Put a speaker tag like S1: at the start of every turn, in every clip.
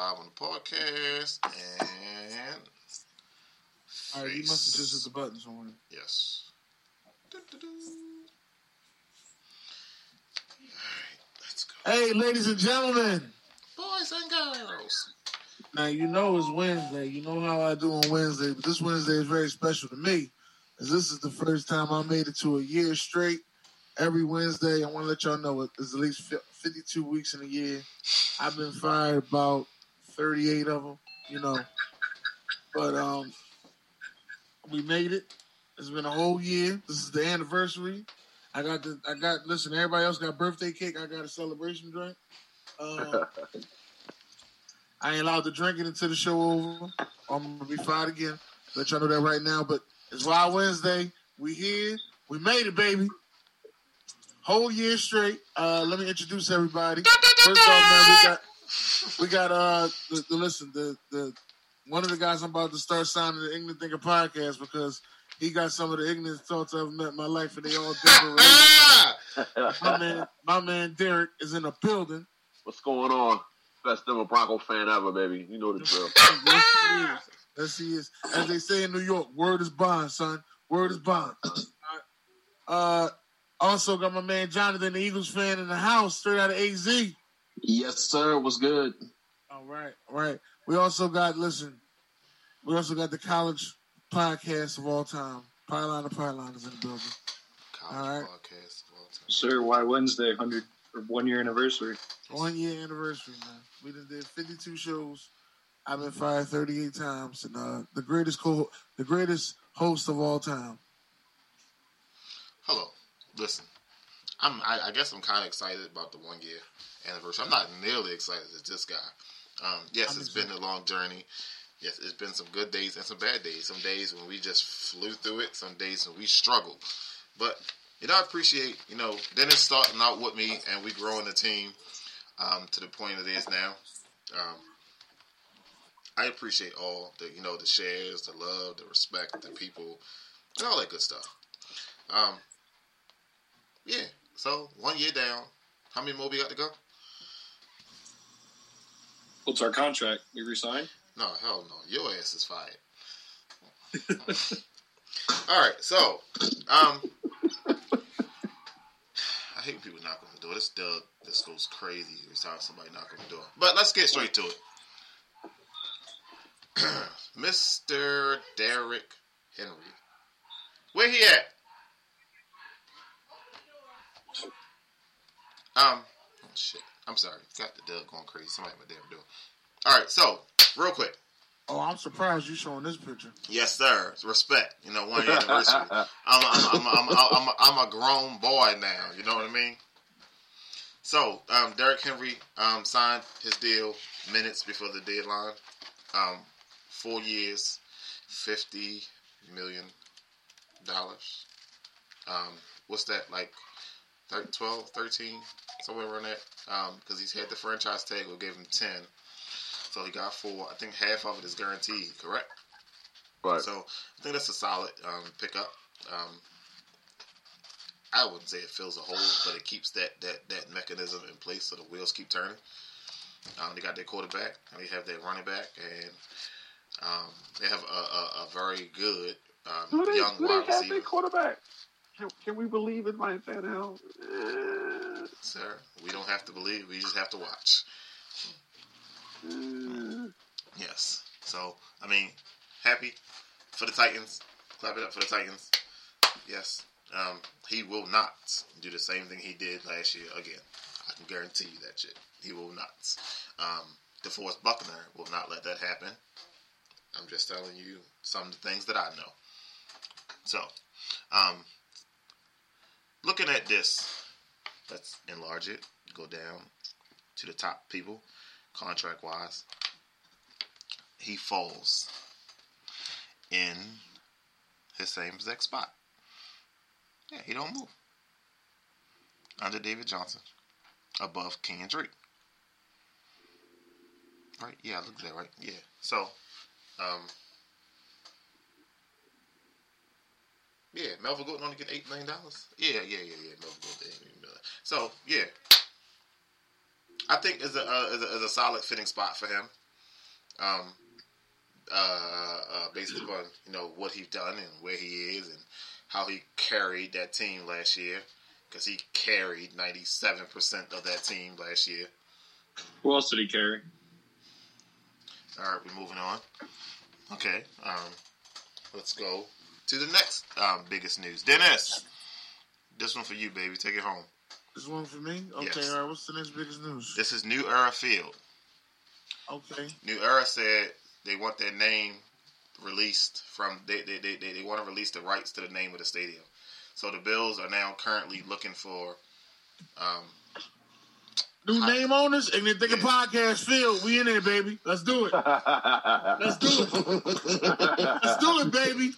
S1: All right, live on the podcast and
S2: All right, you must have just hit the buttons on it.
S1: yes. Do-do-do. All right, let's go.
S2: Hey, ladies and gentlemen.
S1: Boys and girls.
S2: Now you know it's Wednesday. You know how I do on Wednesday, but this Wednesday is very special to me, as this is the first time I made it to a year straight. Every Wednesday, I want to let y'all know it is at least fif- 52 weeks in a year. I've been fired about 38 of them, you know. But um, we made it. It's been a whole year. This is the anniversary. I got the. I got. Listen, everybody else got birthday cake. I got a celebration drink. Um, I ain't allowed to drink it until the show over. I'm gonna be fired again. Let y'all know that right now. But it's Wild Wednesday. We here. We made it, baby. Whole year straight. Uh, let me introduce everybody. First off, man, we got we got uh the, the listen the the one of the guys I'm about to start signing the Ignorant Thinker podcast because he got some of the ignorant thoughts I've met in my life and they all different.
S1: Ah!
S2: my man, my man Derek is in a building.
S3: What's going on? Best Denver Bronco fan ever, baby. You know the drill.
S2: Yes, he is. Yes, he is. As they say in New York, word is bond, son. Word is bond. Uh, also got my man Jonathan, the Eagles fan, in the house, straight out of AZ.
S4: Yes, sir. What's good?
S2: All right, all right. We also got listen. We also got the college podcast of all time. Pylon of Pylon is in the building. All
S1: College
S2: right.
S1: podcast of all time.
S4: Sir, why Wednesday? Hundred or one year anniversary.
S2: One year anniversary, man. We done did 52 shows. I've been fired 38 times, and uh, the greatest co- the greatest host of all time.
S1: Hello. Listen, I'm. I, I guess I'm kind of excited about the one year anniversary. I'm not nearly excited as this guy. Um, yes, it's been a long journey. Yes, it's been some good days and some bad days. Some days when we just flew through it. Some days when we struggled. But you know, I appreciate you know Dennis starting out with me, and we growing the team um, to the point it is now. Um, I appreciate all the you know the shares, the love, the respect, the people, and all that good stuff. Um, yeah. So one year down. How many more we got to go?
S4: What's our contract? We resign.
S1: No, hell no. Your ass is fired. All right. So, um, I hate when people knock on the door. This Doug, this goes crazy every time somebody knock on the door. But let's get straight to it. Mr. Derek Henry, where he at? Um, oh shit. I'm sorry. Got the Doug going crazy. Somebody at my damn door. All right. So, real quick.
S2: Oh, I'm surprised you showing this picture.
S1: Yes, sir. It's respect. You know, one year anniversary. I'm, I'm, I'm, I'm, I'm, I'm a grown boy now. You know what I mean? So, um, Derek Henry um, signed his deal minutes before the deadline. Um, four years, $50 million. Um, what's that, like thir- 12, 13, somewhere around that? Because he's had the franchise tag, we gave him 10. So he got four. I think half of it is guaranteed, correct?
S3: Right.
S1: So I think that's a solid um, pickup. Um, I wouldn't say it fills a hole, but it keeps that that that mechanism in place so the wheels keep turning. Um, they got their quarterback and they have their running back, and um, they have a, a, a very good um,
S3: do they,
S1: young
S3: do
S1: wide
S3: they have
S1: receiver.
S3: their quarterback? Can, can we believe in my fan hell?
S1: Sir, we don't have to believe; we just have to watch. Yes. So I mean, happy for the Titans. Clap it up for the Titans. Yes. Um, he will not do the same thing he did last year again. I can guarantee you that shit. He will not. Um, DeForest Buckner will not let that happen. I'm just telling you some of the things that I know. So, um, looking at this, let's enlarge it, go down to the top people, contract wise. He falls in his same exact spot. Yeah, he don't move. Under David Johnson, above King and Drake. Right? Yeah, I looked at that right. Yeah. So, um, yeah, Melvin Gordon only get eight million dollars. Yeah, yeah, yeah, yeah. Melvin Gordon. eight million dollars. So yeah, I think is a, uh, is a is a solid fitting spot for him. Um, uh, uh, based upon you know what he's done and where he is and how he carried that team last year, because he carried ninety seven percent of that team last year.
S4: Who else did he carry?
S1: All right, we're moving on. Okay, um, let's go to the next um, biggest news. Dennis, this one for you, baby. Take it home.
S2: This one for me? Okay,
S1: Yes.
S2: all right. What's the next biggest news?
S1: This is New Era Field.
S2: Okay.
S1: New Era said they want their name released from they they, they, they, they want to release the rights to the name of the stadium. So the Bills are now currently looking for um,
S2: New name owners and then think of
S1: Yeah.
S2: podcast field. We in there, baby. Let's do it. Let's do it. Let's do it, baby.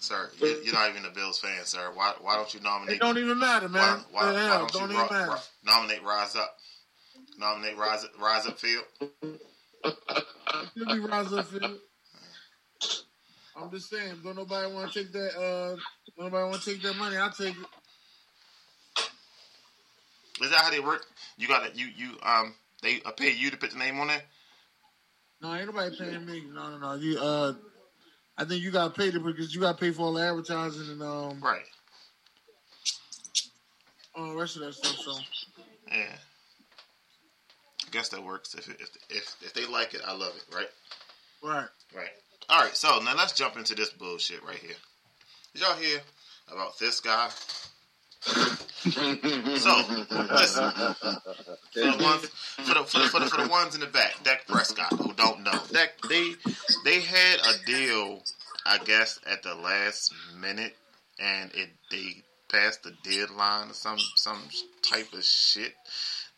S1: sir, you- you're not even a Bills fan, sir. Why why don't you
S2: It
S1: nominate
S2: don't even matter,
S1: why,
S2: man.
S1: why,
S2: the
S1: why
S2: hell,
S1: don't,
S2: don't
S1: you
S2: even
S1: ri-
S2: matter.
S1: ri- nominate Rise Up? Nominate Rise Up- Rise Up Field.
S2: Should be Rise Up Field. I'm just saying, don't nobody want to take that. Uh, don't nobody want to take that money. I'll take it.
S1: Is that how they work? You got to you you um they uh, pay you to put the name on there.
S2: No, ain't nobody paying me. No, no, no. You, uh, I think you got paid it because you got paid for all the advertising and um,
S1: Right.
S2: all the Uh, rest of that stuff. So
S1: Yeah. I guess that works. If if if if they like it, I love it. Right.
S2: right,
S1: Right. All right. So now let's jump into this bullshit right here. Did y'all hear about this guy? so listen. For the, ones, for, the, for, the, for, the, for the ones in the back, Dak Prescott, who don't know, Dak, they they had a deal, I guess, at the last minute, and it they passed the deadline or some some type of shit.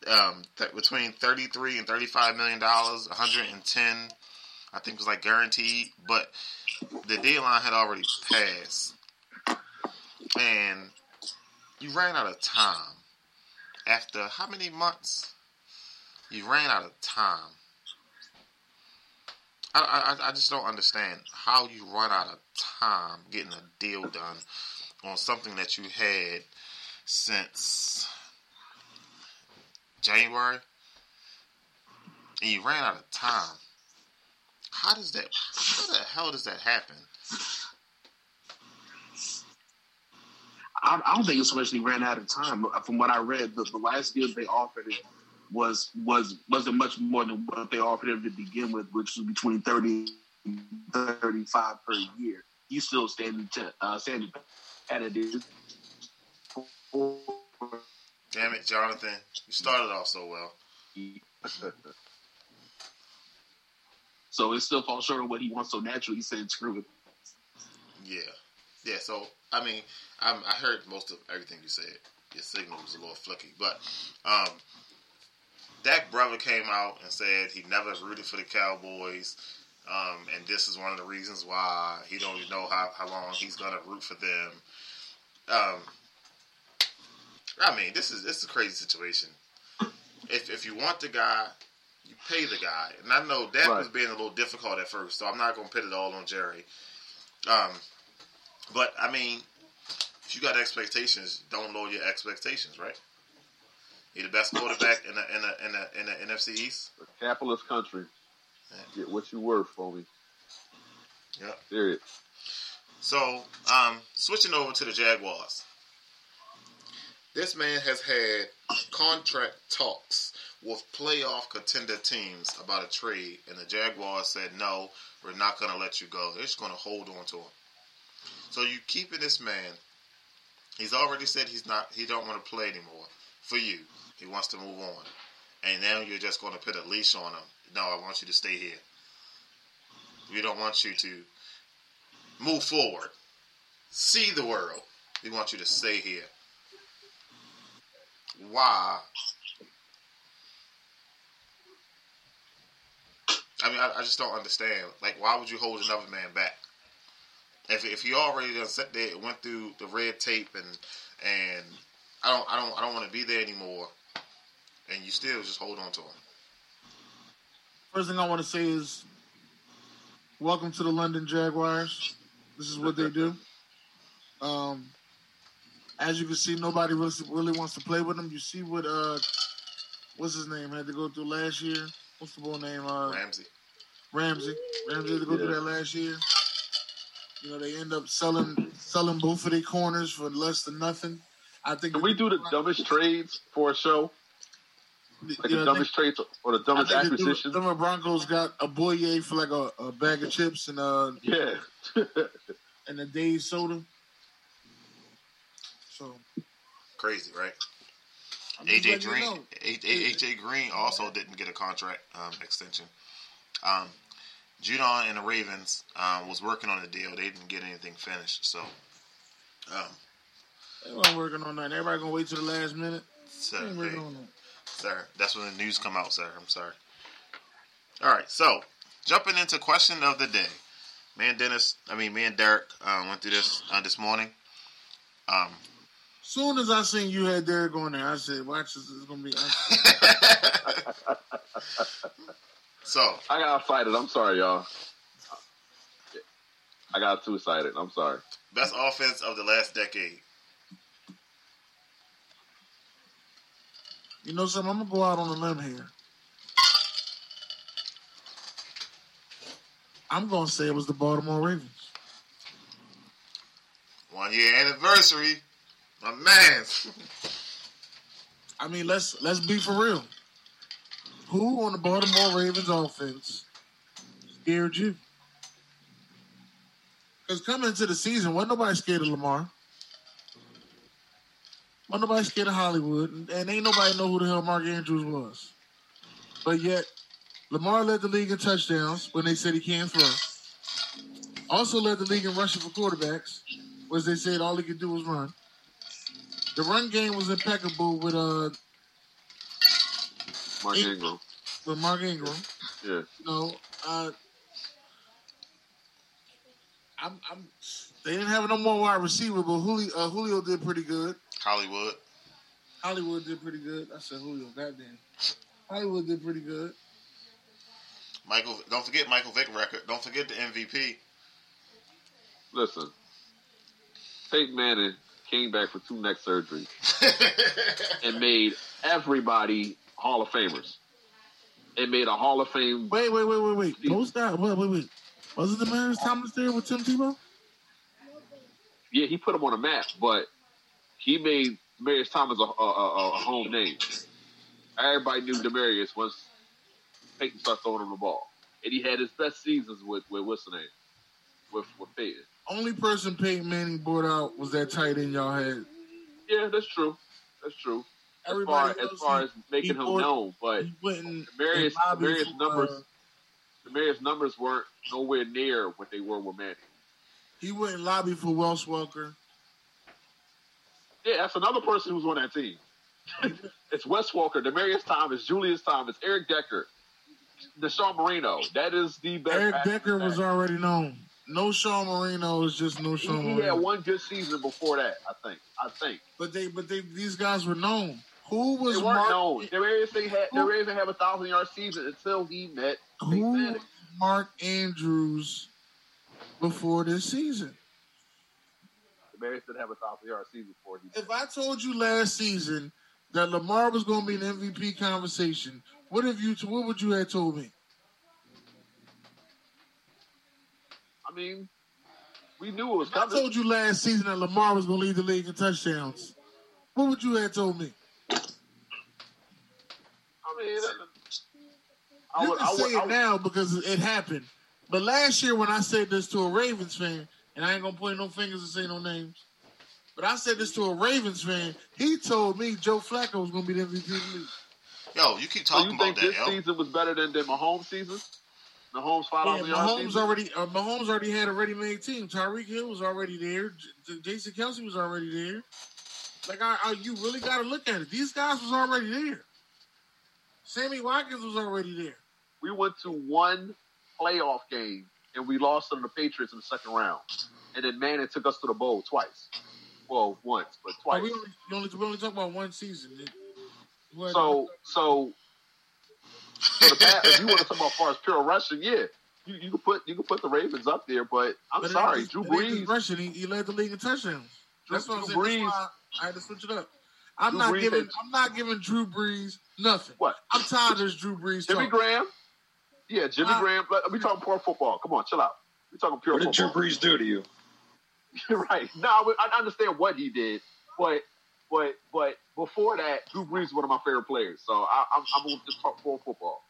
S1: Um, th- between thirty three and thirty five million dollars, one hundred and ten, I think was like guaranteed, but the deadline had already passed, and you ran out of time after how many months you ran out of time I, I, I just don't understand how you run out of time getting a deal done on something that you had since January and you ran out of time how does that how the hell does that happen
S5: I, I don't think it's so much they ran out of time. Uh, From what I read, the, the last deal they offered it was was wasn't much more than what they offered him to begin with, which was between thirty and thirty five per year. He's still standing to uh, standing at a
S1: damn it Jonathan you started off so well
S5: So it still falls short of what he wants. So naturally, he said, "Screw it."
S1: Yeah, yeah. So I mean, I'm, I heard most of everything you said. Your signal was a little flicky, but um, Dak brother came out and said he never rooted for the Cowboys, um, and this is one of the reasons why he don't even know how, how long he's gonna root for them. Um, I mean, this is this is a crazy situation. If if you want the guy, you pay the guy, and I know Dak
S3: Right.
S1: was being a little difficult at first, so I'm not gonna put it all on Jerry. Um, but I mean, if you got expectations, don't lower your expectations, right? He the best quarterback in the in the in the, in the, NFC East.
S3: Capitalist country. Get what you worth, homie.
S1: Yep.
S3: Period.
S1: So, um, switching over to the Jaguars. This man has had contract talks with playoff contender teams about a trade, and the Jaguars said, no, we're not going to let you go. They're just going to hold on to him. So you keeping this man. He's already said he's not. He don't want to play anymore for you. He wants to move on, and now you're just going to put a leash on him. No, I want you to stay here. We don't want you to move forward, see the world. We want you to stay here. Why? I mean, I, I just don't understand. Like, why would you hold another man back? if if you already done sat there and went through the red tape and and I don't I don't I don't want to be there anymore, and you still just hold on to him.
S2: First thing I want to say is, welcome to the London Jaguars. This is what they do. Um, as you can see, nobody really, really wants to play with them. You see what uh, what's his name had to go through last year. What's the boy name? Uh,
S1: Ramsey,
S2: Ramsey. Ramsey had to go through
S3: Yeah.
S2: that last year. You know they end up selling selling both of their corners for less than nothing. I think
S3: Can we do the dumbest trades for a show?
S2: you know, I
S3: Like the
S2: think-
S3: dumbest trades or the dumbest
S2: I think the Denver-
S3: acquisitions?
S2: Denver Broncos got a Boye for like a, a bag of chips and a
S3: Yeah.
S2: and a Dave soda. So
S1: crazy, right?
S2: I'm just
S1: AJ
S2: letting you
S1: Green,
S2: know.
S1: A- A- AJ Green also didn't get a contract um, extension. Um, Judon and the Ravens um, was working on a deal. They didn't get anything finished, so um,
S2: They weren't working on that. Everybody gonna wait till the last minute.
S1: so
S2: They ain't
S1: they-
S2: working on that.
S1: sir. That's when the news come out, sir. I'm sorry. All right, so jumping into question of the day. Me and Dennis, I mean, me and Derek uh, went through this uh, this morning. Um,
S2: Soon as I seen you had Derek on there, I said, "Watch this. It's gonna be." I-
S1: so
S3: I got excited. I'm sorry, y'all. I got too excited. I'm sorry.
S1: best offense of the last decade.
S2: You know something? I'm gonna go out on a limb here. I'm gonna say it was the Baltimore Ravens.
S1: One year anniversary, my man's.
S2: I mean, let's let's be for real. Who on the Baltimore Ravens offense scared you? Because coming into the season, wasn't nobody scared of Lamar. Wasn't nobody scared of Hollywood, and, and ain't nobody know who the hell Mark Andrews was. But yet, Lamar led the league in touchdowns when they said he can't throw. Also led the league in rushing for quarterbacks, was they said all he could do was run. The run game was impeccable with uh
S3: Mark
S2: He-
S3: Ingram.
S2: with Mark Ingram.
S3: Yeah.
S2: You know, uh, I'm, I'm. They didn't have no more wide receiver, but Julio, uh, Julio did pretty good.
S1: Hollywood.
S2: Hollywood did pretty good. I said Julio, goddamn. Hollywood did pretty good.
S1: Michael, don't forget Michael Vick record. Don't forget the MVP.
S3: Listen. Peyton Manning came back for two neck surgeries and made everybody Hall of Famers. It made a Hall of Fame.
S2: Wait, wait, wait, wait, wait. Those guys. Wait, wait, wait. Was it the Mariners Thomas there with Tim Tebow?
S3: Yeah, he put him on a map, but he made Demarius Thomas a, a, a, a home name. Everybody knew Demarius once Peyton started throwing him the ball, and he had his best seasons with with what's the name with with Peyton.
S2: Only person Peyton Manning brought out was that tight end y'all had.
S3: Yeah, that's true. That's true. As
S2: Everybody
S3: far as
S2: else,
S3: far as
S2: he
S3: making him
S2: bought-
S3: known, but
S2: he went and-
S3: Demarius
S2: and lobbied
S3: Demarius
S2: for, uh,
S3: numbers Demarius numbers weren't nowhere near what they were with Manning.
S2: he went and lobbied for Welsh Welker.
S3: Yeah, that's another person who's on that team. it's Wes Walker, Demarius Thomas, Julius Thomas, Eric Decker, Deshaun Marino. That is the best.
S2: Eric
S3: passing
S2: Decker was
S3: back.
S2: already known. No Sean Marino is just no Sean
S3: He, he had
S2: Marino.
S3: one good season before that, I think. I think
S2: But they, but they, these guys were known. Who
S3: they
S2: was
S3: weren't
S2: Mark?
S3: known. Demarius didn't have Demarius didn't have a thousand yard season until he met Peyton
S2: Who
S3: Manning.
S2: Mark Andrews before this season?
S3: Demarius didn't have a thousand yard season before he.
S2: If I told you last season that Lamar was going to be an MVP conversation, what have you? What would you have told me?
S3: I mean, we knew it was
S2: If I
S3: coming.
S2: told you last season that Lamar was going to lead the league in touchdowns, what would you have told me?
S3: I mean, that- I
S2: You
S3: would,
S2: can
S3: I
S2: say
S3: would,
S2: it
S3: I would,
S2: now because it happened. But last year when I said this to a Ravens fan, and I ain't gonna point no fingers and say no names, but I said this to a Ravens fan. He told me Joe Flacco was gonna be the MVP. of the league.
S1: Yo, you keep
S3: so
S1: talking
S3: you
S1: about
S3: think
S1: that,
S3: this
S1: yo.
S3: season was better than, than Mahomes' season? Mahomes' 5,000
S2: Yeah,
S3: yard
S2: Mahomes
S3: season?
S2: already. Uh, Mahomes already had a ready-made team. Tyreek Hill was already there. J- J- Jason Kelsey was already there. Like, I, I, you really got to look at it. These guys was already there. Sammy Watkins was already there.
S3: we went to one playoff game and we lost to the Patriots in the second round. And then Manning took us to the bowl twice. Well, once, but
S2: But
S3: twice.
S2: we, only, we only we only talk about one season. Who had-
S3: So, so, so the past, if you want to talk about as far as pure rushing, yeah, you, you can put you can put the Ravens up there, but I'm
S2: but it
S3: sorry,
S2: ain't
S3: Drew
S2: just- it ain't just
S3: Brees.
S2: rushing. He, he led the league in touchdowns. That's what I'm
S3: Drew
S2: saying. That's
S3: Brees-
S2: why I had to switch it up. I'm
S3: Drew
S2: not
S3: Brees
S2: giving.
S3: had-
S2: I'm not giving Drew Brees nothing.
S3: What?
S2: I'm tired of this Drew Brees.
S3: Jimmy
S2: talk.
S3: Graham. Yeah, Jimmy
S2: Uh,
S3: Graham. Let- We talking pure football. Come on, chill out. We talking pure
S4: What did Drew
S3: football.
S4: Brees do to you?
S3: right. No, I, I understand what he did, but but but before that, Drew Brees is one of my favorite players. So I, I'm I'm gonna just talk full football.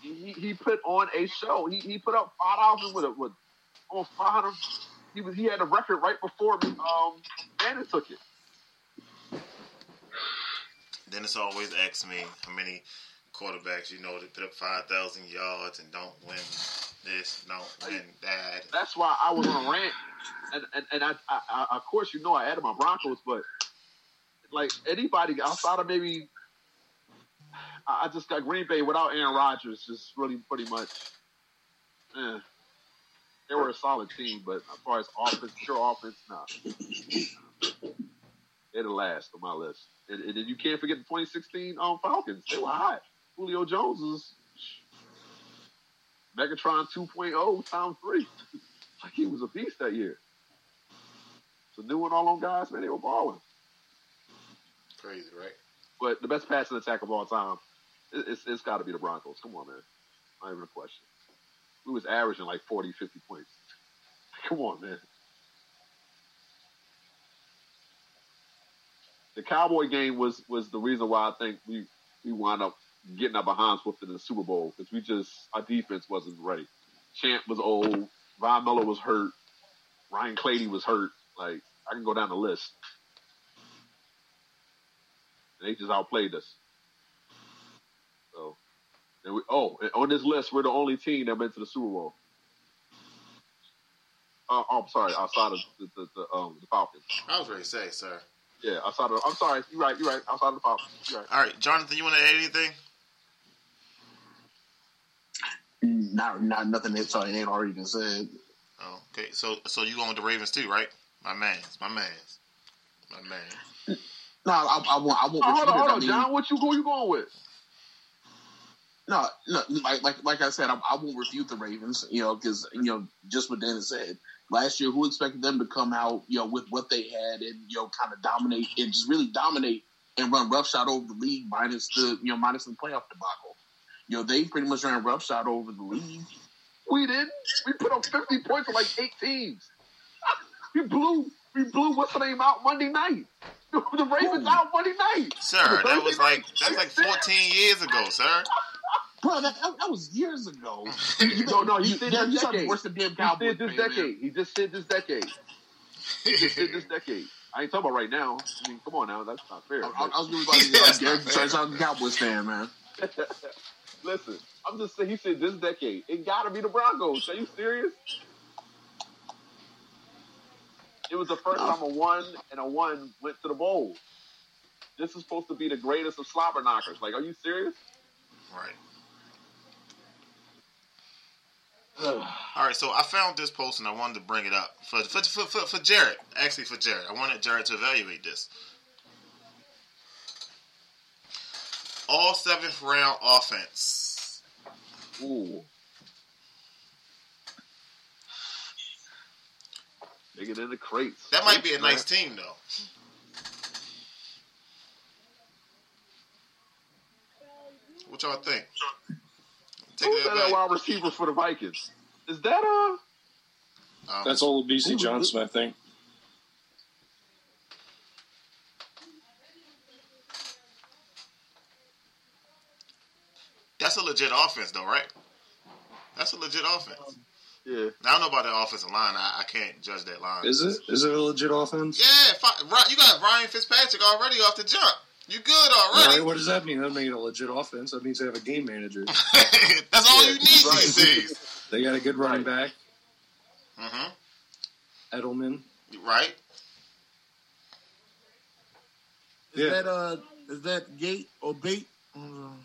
S3: He, he put on a show. He, he put up five thousand with a with almost five hundred. He was he had a record right before um Bannon took it.
S1: Dennis always asks me how many quarterbacks you know that put up five thousand yards and don't win this, don't win that.
S3: That's why I was on a rant, and and, and I, I, I of course you know I added my Broncos, but like anybody outside of maybe, I, I just got Green Bay without Aaron Rodgers, just really pretty much. Eh. They were a solid team, but as far as offense, sure offense, nah. They're the last on my list, and, and then you can't forget the 2016 um, Falcons. They were hot. Julio Jones was Megatron 2.0 times three. Like he was a beast that year. So new and all on guys, man, they were balling.
S1: Crazy, right?
S3: But the best passing attack of all time, it- it's, it's got to be the Broncos. Come on, man. Not even a question. We was averaging like 40, 50 points. Come on, man. The Cowboy game was was the reason why I think we we wound up getting our behinds whooped in the Super Bowl because we just our defense wasn't ready. Champ was old. Von Miller was hurt. Ryan Clady was hurt. Like I can go down the list. And they just outplayed us. So, and we, oh, and on this list, we're the only team that went to the Super Bowl. Uh, oh, I'm sorry, outside of the, the, the, um, the Falcons.
S1: I was ready to say, sir.
S3: Yeah, outside of. I'm sorry, you're right, you're right. Outside of the Falcons, you're right.
S1: All right, Jonathan, you want to add anything?
S5: Not, not nothing that's already ain't already been said.
S1: Oh, okay, so so you going with the Ravens too, right? My man's, my man's, my man.
S5: No, I, I want, I want.
S3: Oh, hold
S5: what you
S3: on,
S5: did.
S3: hold
S5: I
S3: on,
S5: mean,
S3: John. What you who you going with?
S5: No, no, like like like I said, I, I won't refute the Ravens, you know, because you know just what Dennis said last year. Who expected them to come out, you know, with what they had and you know kind of dominate and just really dominate and run roughshod over the league, minus the you know minus the playoff debacle. You know, they pretty much ran roughshod over the league.
S3: We didn't. We put up 50 points on like eight teams. we blew. We blew what's the name out Monday night. The Ravens out Monday night.
S1: Sir, that was like that's like
S3: Thursday night.
S1: 14 years ago, sir.
S5: Bro, that, that, that was years ago.
S3: No, no, he
S5: you,
S3: said
S5: damn, you
S3: this
S5: sound
S3: decade.
S5: worse than damn
S3: He
S5: Cowboys.
S3: said this
S5: fan, man.
S3: decade. He just said this decade. He just said this decade. I ain't talking about right now. I mean, come on now, that's not fair.
S5: I, I, I was really about
S1: Yeah, that's
S5: to say, yeah,
S1: not fair.
S5: you sound like a Cowboys fan, man.
S3: Listen, I'm just saying. He said this decade. It gotta be the Broncos. Are you serious? It was the first time a one and a one went to the bowl. This is supposed to be the greatest of slobber knockers. Like, are you serious?
S1: Right. All right, so I found this post and I wanted to bring it up for for for, for, for Jared. Actually, for Jared, I wanted Jared to evaluate this. All seventh round offense.
S3: Ooh. They get in the crates.
S1: That might be a nice team though. What y'all think? Take
S3: Who's
S1: it
S3: that
S1: away.
S3: wide receiver for the Vikings? Is that uh
S1: Um,
S4: That's old BC Johnson, I think.
S1: That's a legit offense, though, right? That's a legit offense.
S3: Yeah.
S1: Now, I don't know about the offensive line. I, I can't judge that line.
S4: Is it? Is it a legit offense?
S1: Yeah, fi- Ry- you got Ryan Fitzpatrick already off the jump. You good already?
S4: Right, what does that mean? That means a legit offense. That means they have a game manager.
S1: That's all you
S3: Yeah,
S1: need
S3: right.
S1: these days.
S4: They got a good running back,
S1: hmm
S4: Edelman.
S1: Right?
S2: Is
S4: Yeah.
S2: that uh is that Gate or Bait? Um,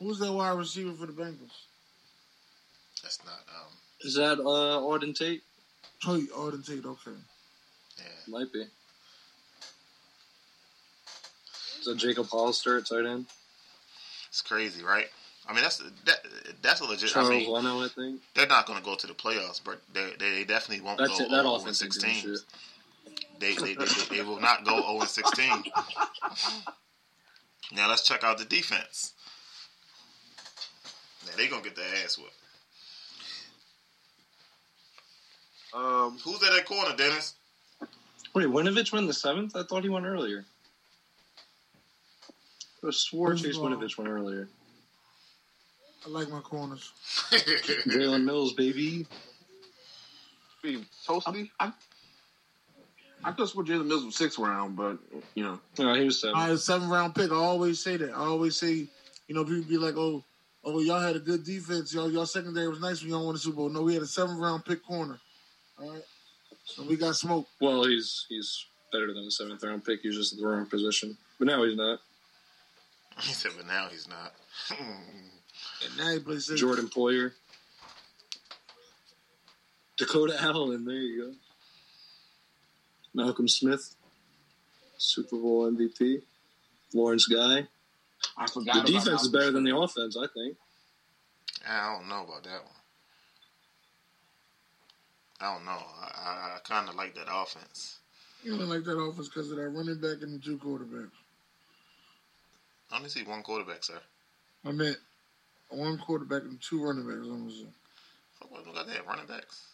S2: Who's that wide receiver for the Bengals?
S1: That's not. Um.
S4: Is that uh, Auden Tate?
S2: Troy Arden Tate, okay.
S1: Yeah.
S4: Might be. Is that Jacob Hollister at tight end?
S1: It's crazy, right? I mean, that's that. That's a legit.
S4: Charles
S1: I mean,
S4: Leno, I think.
S1: they're not going to go to the playoffs, but they they definitely won't
S4: That's
S1: go
S4: it. That
S1: over
S4: offense is doing
S1: 16.
S4: shit.
S1: They they, they they will not go 0 16. Now let's check out the defense. Now they gonna get their ass whipped.
S3: Um,
S1: Who's at that corner, Dennis?
S4: Wait, Winovich won the seventh? I thought he won earlier. I swore Chase
S2: Wrong.
S4: Winovich won earlier.
S2: I like my corners.
S4: Jalen Mills, baby.
S3: be toasty.
S5: I, I just swore Jalen Mills was sixth round, but you know,
S4: No, he was seven.
S2: I seven round pick. I always say that. I always say, you know, people be like, oh, oh, y'all had a good defense. Y'all, y'all secondary was nice when y'all won the Super Bowl. No, we had a seven round pick corner. All right, so we got smoke.
S4: Well, he's he's better than the seventh round pick. He's just in the wrong position. But now he's not.
S1: he said, but now he's not.
S2: And now he plays safe.
S4: Jordan Poyer. Dakota Allen, there you go. Malcolm Smith, Super Bowl MVP. Lawrence Guy.
S5: I forgot.
S4: The
S5: about
S4: defense is
S5: Malcolm
S4: better than
S5: Smith.
S4: the offense, I think.
S1: I don't know about that one. I don't know. I, I, I kind of like that offense.
S2: You don't like that offense because of that running back and the two quarterbacks.
S1: I only see one quarterback, sir.
S2: I meant one quarterback and two running backs. I'm gonna say.
S1: Fuck, what we got there? Running backs.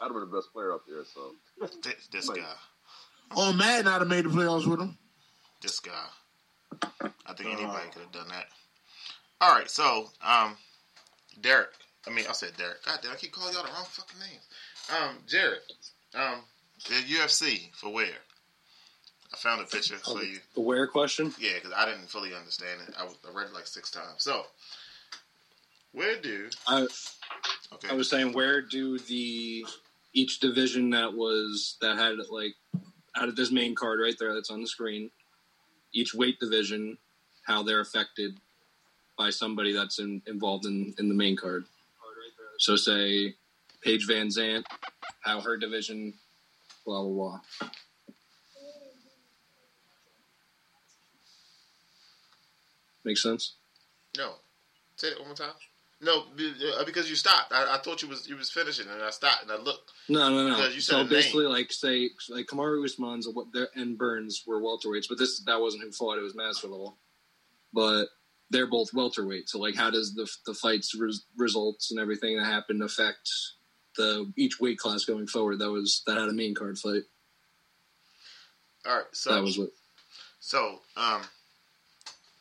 S3: I'd have been the best player up there. So
S1: This, this
S3: Wait.
S1: guy.
S2: Oh, Madden, I'd have made the playoffs with him.
S1: This guy. I
S4: Uh-huh.
S1: think anybody could have done that. All right, so um, Derek. I mean, I said Derek. God damn, I keep calling y'all the wrong fucking names. Um, Jared. Um, the UFC for where? I found a picture for you.
S4: The where question?
S1: Yeah, because I didn't fully understand it. I, was- I read it like six times. So, where do
S4: I,
S1: okay?
S4: I was saying, where do the each division that was that had like out of this main card right there that's on the screen, each weight division, how they're affected by somebody that's in, involved in in the main card. So say Paige Van Zant, how her division, blah blah blah. Makes sense.
S1: no, say that one more time. No, be- uh, because you stopped. I, I thought you was you was finishing, and I stopped and I looked.
S4: No, no, no.
S1: Because you said
S4: So
S1: a name.
S4: basically, like say, like Kamaru Usman's a- what their- and Burns were welterweights, but this that wasn't who fought; it was Masvidal. But they're both welterweight, so like, how does the the fights res, results and everything that happened affect the each weight class going forward? That was that had a main card fight.
S1: All right, so
S4: That was what
S1: So, um,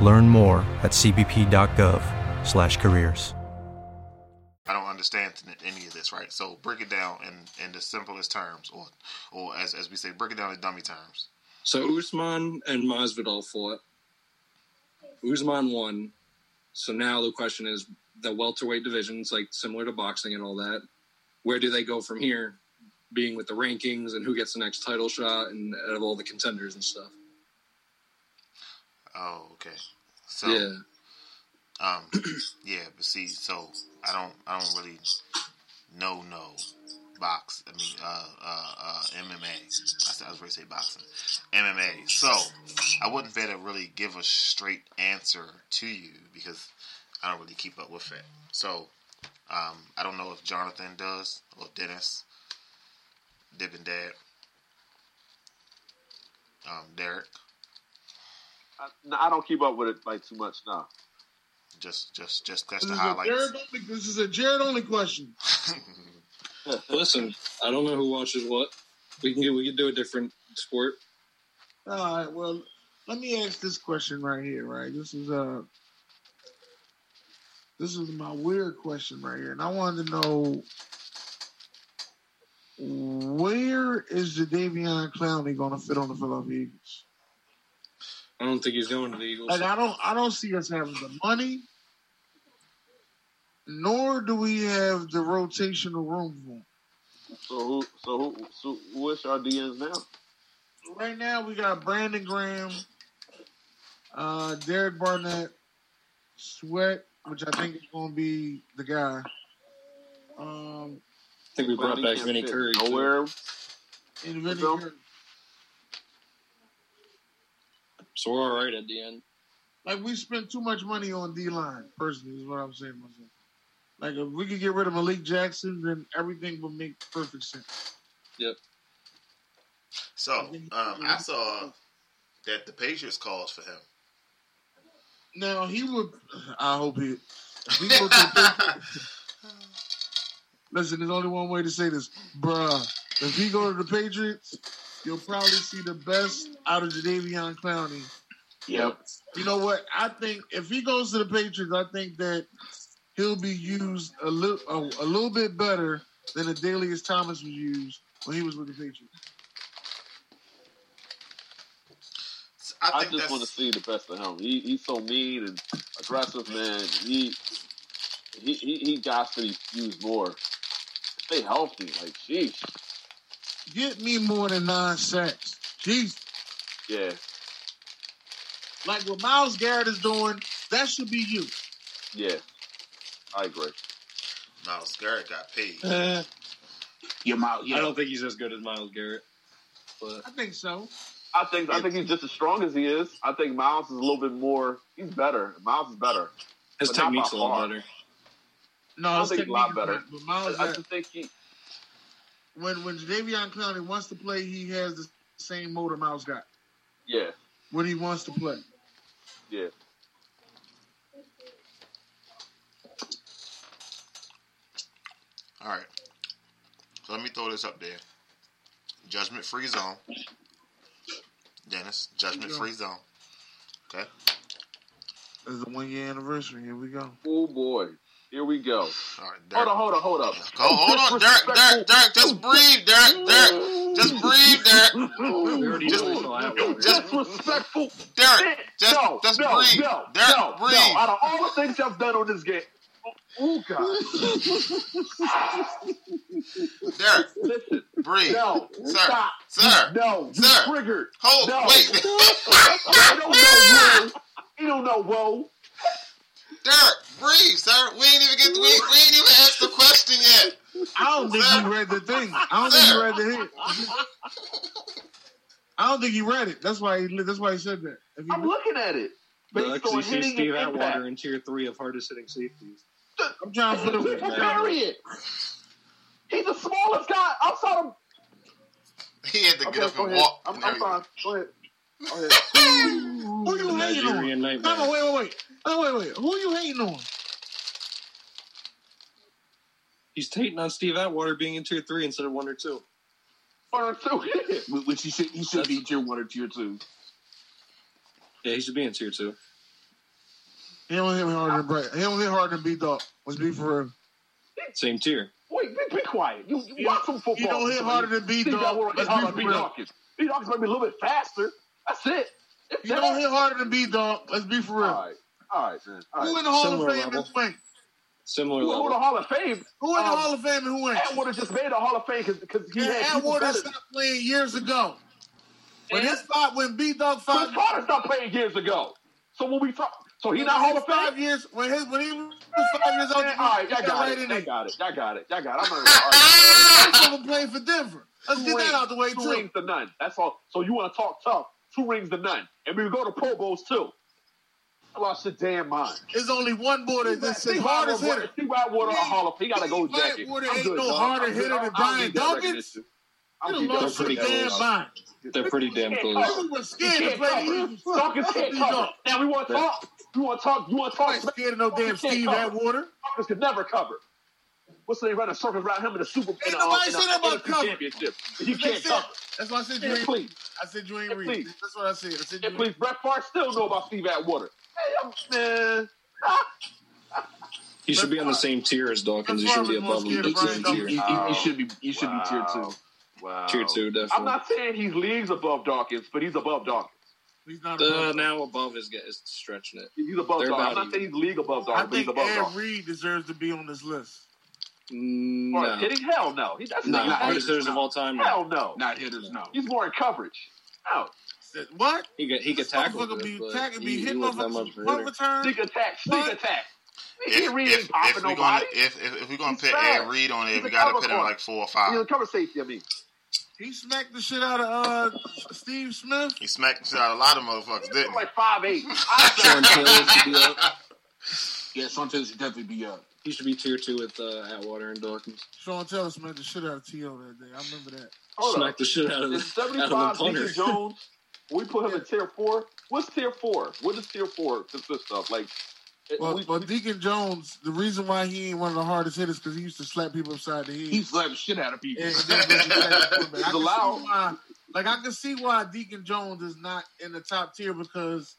S6: Learn more at cbp.gov/careers.
S1: I don't understand any of this, right? So, break it down in, in the simplest terms, or or as, as we say, break it down in dummy terms.
S4: So Usman and Masvidal fought. Usman won. So now the question is the welterweight divisions, like similar to boxing and all that, where do they go from here? Being with the rankings and who gets the next title shot and out of all the contenders and stuff.
S1: Oh, okay. So
S4: yeah.
S3: Oh.
S1: um yeah, but see, so I don't I don't really know no box I mean uh uh, uh MMA. I, said- I was ready to say boxing. MMA. So I wouldn't be able to really give a straight answer to you because I don't really keep up with it. So um I don't know if Jonathan does or Dennis. Dib and Dad. Um Derek.
S3: I, no, I don't keep up with it like too much now.
S1: Just just just that's the
S2: This is, a Jared
S1: highlights.
S2: only, this is a Jared only question.
S4: Listen, I don't know who watches what. We can get, we can do a different sport.
S2: All right. Well, let me ask this question right here. Right. This is uh this is my weird question right here, and I wanted to know where is the Davion Clowney going to fit on the Philadelphia Eagles?
S4: I don't think he's going to the Eagles.
S2: Like I don't I don't see us having the money, nor do we have the rotational room for him.
S3: So who? So who? So who is our DNs now?
S2: Right now we got Brandon Graham, uh, Derek Barnett, Sweat, which I think is going to be the guy. Um,
S4: I think we brought
S3: Clowney
S4: back
S3: can't
S4: Vinny
S3: fit
S4: Curry. too.
S3: Nowhere.
S2: and Vinny
S3: Bill?
S2: Curry.
S4: So we're all right at the end.
S2: Like we spent too much money on D line. Personally, is what I'm saying to myself. Like if we could get rid of Malik Jackson, then everything would make perfect sense.
S1: So um, I saw that the Patriots called for him.
S2: Now he would. I hope he. if he go to the Patriots-
S1: I
S2: Listen, there's only one way to say this, bruh. If you go to the Patriots, you'll probably see the best out of Jadavion Clowney.
S5: Yep.
S2: You know what? I think if he goes to the Patriots, I think that he'll be used a little a, a little bit better than Adelius Thomas was used when he was with the Patriots.
S3: I
S1: think
S3: just
S1: that's
S3: want to see the best of him. He, he's so mean and aggressive, man. He he he, he got to be used more. Stay healthy, like sheesh.
S2: Get me more than nine sacks. Jeez.
S3: Yeah,
S2: Like what Miles Garrett is doing, that should be you.
S3: yeah. I agree.
S1: Miles Garrett got paid.
S3: Uh,
S5: Your mouth.
S4: I
S5: Yeah.
S4: don't think he's as good as Miles Garrett. But
S2: I think so.
S3: I think I think he's just as strong as he is. I think Miles is a little bit more. He's better. Miles is better.
S4: his
S3: But not by
S4: technique's a lot
S3: far.
S4: better.
S2: No, it's
S3: think he's a lot
S2: technique,
S3: better.
S2: But Miles
S3: I
S2: Garrett-
S3: just think he.
S2: when when Jadavion Clowney wants to play, he has the same motor Miles got
S3: Yeah,
S2: when he wants to play.
S3: yeah.
S1: All right. So let me throw this up there. Judgment free zone. Dennis, judgment free zone. Okay.
S2: It's the one year anniversary. Here we go.
S3: Oh boy, here we go.
S1: All right, Derek.
S3: Hold on, hold on, hold up.
S1: Go- hold on, Derek, Derek, Derek, just breathe, Derek, Derek, just breathe, Derek,
S4: Just,
S1: just
S3: Disrespectful.
S1: Derek, just,
S3: no,
S1: just
S3: no,
S1: breathe,
S3: No,
S1: Derek,
S3: no,
S1: breathe.
S3: no. Out of all the things I've done on this game, oh god,
S1: Derek,
S3: listen,
S1: breathe,
S3: no,
S1: sir,
S3: stop,
S1: sir,
S3: no, you
S1: Sir.
S3: triggered.
S1: hold,
S3: No.
S1: wait,
S3: I don't know whoa. You don't know whoa.
S1: Derek, breathe, sir. We ain't even get we, we ain't even asked the question yet.
S2: I don't think you read the thing. I don't think you read the hit. I don't think he read it. That's why he. That's why he said that. If he,
S3: I'm looking at it. Based on
S4: actually see
S3: hitting
S4: Steve
S3: and
S4: Atwater
S3: impact.
S4: in tier three of hardest hitting safeties.
S2: I'm trying to put him.
S3: Period. He's the smallest guy outside of.
S1: He had to
S3: Okay,
S1: get up
S3: go
S1: and
S3: ahead.
S1: walk.
S3: I'm,
S1: and
S3: I'm
S1: everything.
S3: fine. Go ahead. Go ahead.
S2: Who you hating on?
S4: Nigerian
S2: No, no,
S4: nightmare.
S2: wait, wait, wait. No, wait, wait. Who you hating on?
S4: He's hating on Steve Atwater being in tier three instead of one or two.
S3: Or two.
S5: Wh- Which he should he should be tier one or tier two.
S4: Yeah, he should be in tier two.
S2: He don't hit me harder than Brett. He don't hit harder than B Dog. Let's be for real.
S4: Same tier.
S3: Wait, be, be quiet. You, you watch some football.
S2: He don't hit harder than B
S3: Steve Atwater
S2: Dog.
S3: hit
S2: Let's be
S3: harder than
S2: for
S3: B.
S2: real.
S3: Dawkins. B. Dawkins might be a little bit faster. That's it. It's
S2: He don't hit harder than B Dog. Let's be for real.
S3: All right. All right, man. All
S2: Who
S3: right.
S2: in the Hall
S4: Similar
S2: of Fame and
S4: level.
S2: who ain't?
S4: Similar
S3: Who, who the
S4: level.
S3: Hall of Fame?
S2: Who in the
S3: Um,
S2: Hall of Fame and who ain't?
S3: Atwater just made a Hall of Fame because he
S2: And
S3: had people
S2: Atwater
S3: better.
S2: stopped playing years ago. When
S3: And-
S2: his five, when B Dog
S3: Chris
S2: five,
S3: Carter stopped playing years ago. So when we talk, so he
S2: when
S3: not
S2: his
S3: Hall of Fame.
S2: Five years when his when he was five years old,
S3: All right,
S2: he
S3: y'all
S2: got
S3: got
S2: right
S3: it.
S2: in
S3: Y'all
S2: there.
S3: got it. Y'all got it. Y'all got it. I'm gonna
S2: Both of them played for Denver. Let's get that out the way
S3: Two
S2: too.
S3: rings to none. That's all. So you want to talk tough? Two rings to none, and we go to Pro Bowls too. I lost your damn mind.
S2: There's only one boy that- that's
S3: See
S2: his
S3: why
S2: hardest
S3: Atwater-
S2: hitter.
S3: See why Water a
S2: Yeah,
S3: Hall of He got to go
S2: Steve
S3: jacket.
S2: Atwater
S3: I'm
S2: ain't
S3: good,
S2: no
S3: dog.
S2: harder
S3: I'm good.
S2: hitter than
S3: I'll- I'll
S2: Brian
S3: give that
S2: Dawkins.
S3: recognition. I'll
S2: He done
S3: give that
S2: lost his
S4: pretty
S2: damn
S3: recognition.
S4: close.
S2: mind.
S4: They're pretty damn
S3: Yeah,
S4: close.
S3: oh,
S2: We were
S3: You
S2: scared to
S3: can't
S2: play the
S3: cover.
S2: Eagles.
S3: Dawkins can't
S2: These
S3: cover.
S2: dogs.
S3: Now we want to talk. You want to talk. You want to
S2: I
S3: talk.
S2: ain't scared of no damn
S3: Dawkins can't
S2: Steve
S3: cover.
S2: Atwater.
S3: Dawkins could never cover. What's the name? Run a circle around him in the Super Bowl.
S2: Ain't nobody said that about cover.
S3: championship. He
S2: That's what I
S3: can't cover.
S2: said. That's why I said you
S3: And
S2: ain't.
S3: please,
S2: I said you ain't
S3: Yeah,
S2: read.
S3: please.
S2: That's what I said. I said you ain't
S3: and please, Brett Favre still know about Steve Atwater. Hey, I'm, man.
S4: He should be on the same tier as Dawkins. He
S2: That's why
S4: should be
S2: we're more
S4: above him.
S2: scared of
S4: It's
S2: Brian
S4: just
S5: You,
S4: tier.
S2: Dawkins.
S5: you- you- you should be. You should be tier two.
S3: Wow.
S4: Tier two,
S3: I'm
S4: definitely.
S3: not saying he's leagues above Dawkins, but he's above Dawkins.
S2: He's not.
S4: Uh,
S2: a now,
S4: now above is, get- is stretching it.
S3: He's above
S4: They're
S3: Dawkins. I'm
S4: about
S3: not saying he's league above
S2: I
S3: Dawkins, but he's
S2: think
S3: above
S2: Ed
S3: Dawkins.
S2: Reed deserves to be on this list.
S4: Mm,
S3: Are you
S4: No.
S3: kidding? Hell no. He, that's
S4: No.
S3: not
S4: Hardest hitters of all time. no.
S3: Hell no.
S5: Not hitters. No.
S3: He's more in coverage. No.
S2: Said, What?
S4: He could, he could
S2: This
S4: tackle.
S2: motherfucker be tackling,
S4: he,
S2: be
S4: he
S2: hitting
S4: wasn't that much
S2: motherfuckers
S4: of
S2: with punt
S4: a hitter.
S2: return.
S3: Sneak attack. Sneak
S2: What?
S3: attack. Nick
S1: If,
S3: Reed
S1: if,
S3: ain't popping
S1: if we're gonna
S3: nobody.
S1: if, if, if we're gonna
S3: He's
S1: put
S3: fast.
S1: Ed Reed on
S3: He's
S1: there, we
S3: a
S1: gotta
S3: cover
S1: put him
S3: corner.
S1: like four or
S3: He's a
S1: five.
S3: cover safety, I mean.
S2: He smacked the shit out of uh, Steve Smith.
S1: He smacked the shit out of a lot of motherfuckers, didn't
S3: like five eight.
S4: Sean Taylor should be up.
S5: Yeah, Sean Taylor should definitely be up.
S4: He should be tier two with uh, Atwater and Dawkins.
S2: Sean Taylor smacked the shit out of T.O. that day. I remember that.
S4: Smack the shit out of
S3: It's
S4: the,
S3: seventy
S4: out of
S3: five
S4: the punter.
S3: Deacon Jones. We put him in tier four. What's tier four? What does tier four consist of? Like it-
S2: Well,
S3: we-
S2: well,
S3: we-
S2: Deacon Jones, the reason why he ain't one of the hardest hitters because he used to slap people upside the head.
S5: He slapped the shit out of people.
S2: And that was the quarterback. I can see
S3: allowed.
S2: why- Like I can see why Deacon Jones is not in the top tier because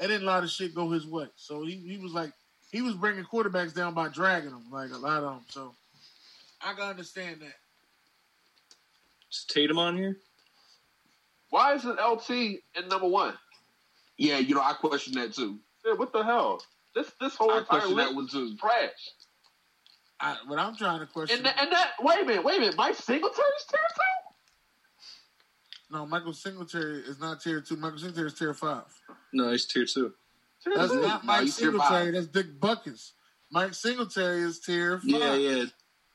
S2: it didn't a lot of shit go his way. So he, he was like he was bringing quarterbacks down by dragging them, like a lot of them. So I can understand that.
S4: Is Tatum on here?
S3: why isn't LT in number one?
S5: Yeah, you know, I question that too.
S3: Yeah, what the hell? This this
S4: Oh,
S3: whole
S5: I
S3: entire
S5: question
S3: list
S5: that one too.
S3: is trash.
S2: I, what I'm trying to question.
S3: And that, and that wait a minute, wait a minute. Mike Singletary's tier two?
S2: no, Michael Singletary is not tier two. Michael Singletary is tier five.
S4: No, he's tier two.
S3: Tier
S2: That's
S3: two?
S2: not
S5: No,
S2: Mike
S5: he's tier
S2: Singletary.
S5: five.
S2: That's Dick Buckus. Mike Singletary is tier five.
S4: Yeah, yeah.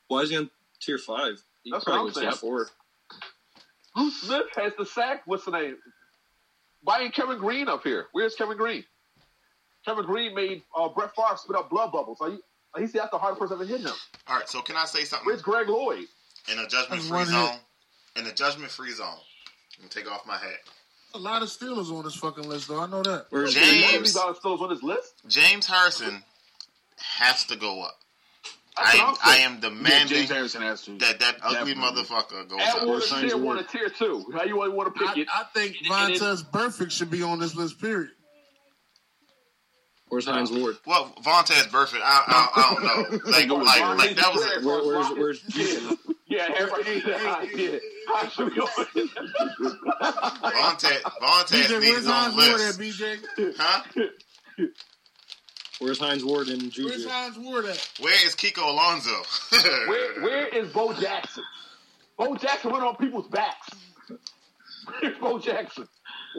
S4: Why is he on tier five? He
S3: That's
S4: probably
S3: what I'm
S4: tier
S3: saying.
S4: four.
S3: Bruce Smith has the sack. What's the name? Why ain't Kevin Green up here? Where's Kevin Green? Kevin Green made uh, Brett Favre spit up blood bubbles. Like, he- like, he's that's the hardest person ever hit him.
S1: All right, so can I say something?
S3: Where's Greg Lloyd?
S1: in a judgment
S2: That's
S1: free
S2: one
S1: zone.
S2: hit.
S1: In a judgment free zone. I'm gonna take off my hat.
S2: A lot of Steelers on this fucking list, though. I know that.
S4: Where's
S1: James.
S3: These dollar stills on his list.
S1: James Harrison has to go up.
S3: That's
S1: I
S3: what I'm
S1: am, I
S3: saying.
S1: am
S5: Yeah,
S1: demanding
S5: James Harrison has to.
S1: that that ugly
S5: Definitely.
S1: motherfucker goes
S3: Atwater
S1: up.
S5: Change
S3: tier
S5: the
S3: one
S5: word.
S3: and tier two. How you want to pick
S2: I,
S3: it?
S2: I think
S3: And it-
S2: Vontaze Perfect should be on this list. Period.
S4: Where's Hines Ward?
S1: Well, Vontez Burfitt, I, I, I don't know. Like, like, like that was a,
S4: Where, where's where's
S3: yeah, yeah, everybody. Yeah, yeah. I should be on-
S1: Vontez, Vontez
S2: BJ,
S1: needs
S2: where's
S1: his own
S2: Hines Ward at,
S1: list.
S2: BJ?
S1: Huh?
S4: where's Hines Ward and Juju?
S2: Where's Hines Ward at?
S1: Where is Kiko Alonso?
S3: Where where is Bo Jackson? Bo Jackson went on people's backs. Where's Bo Jackson?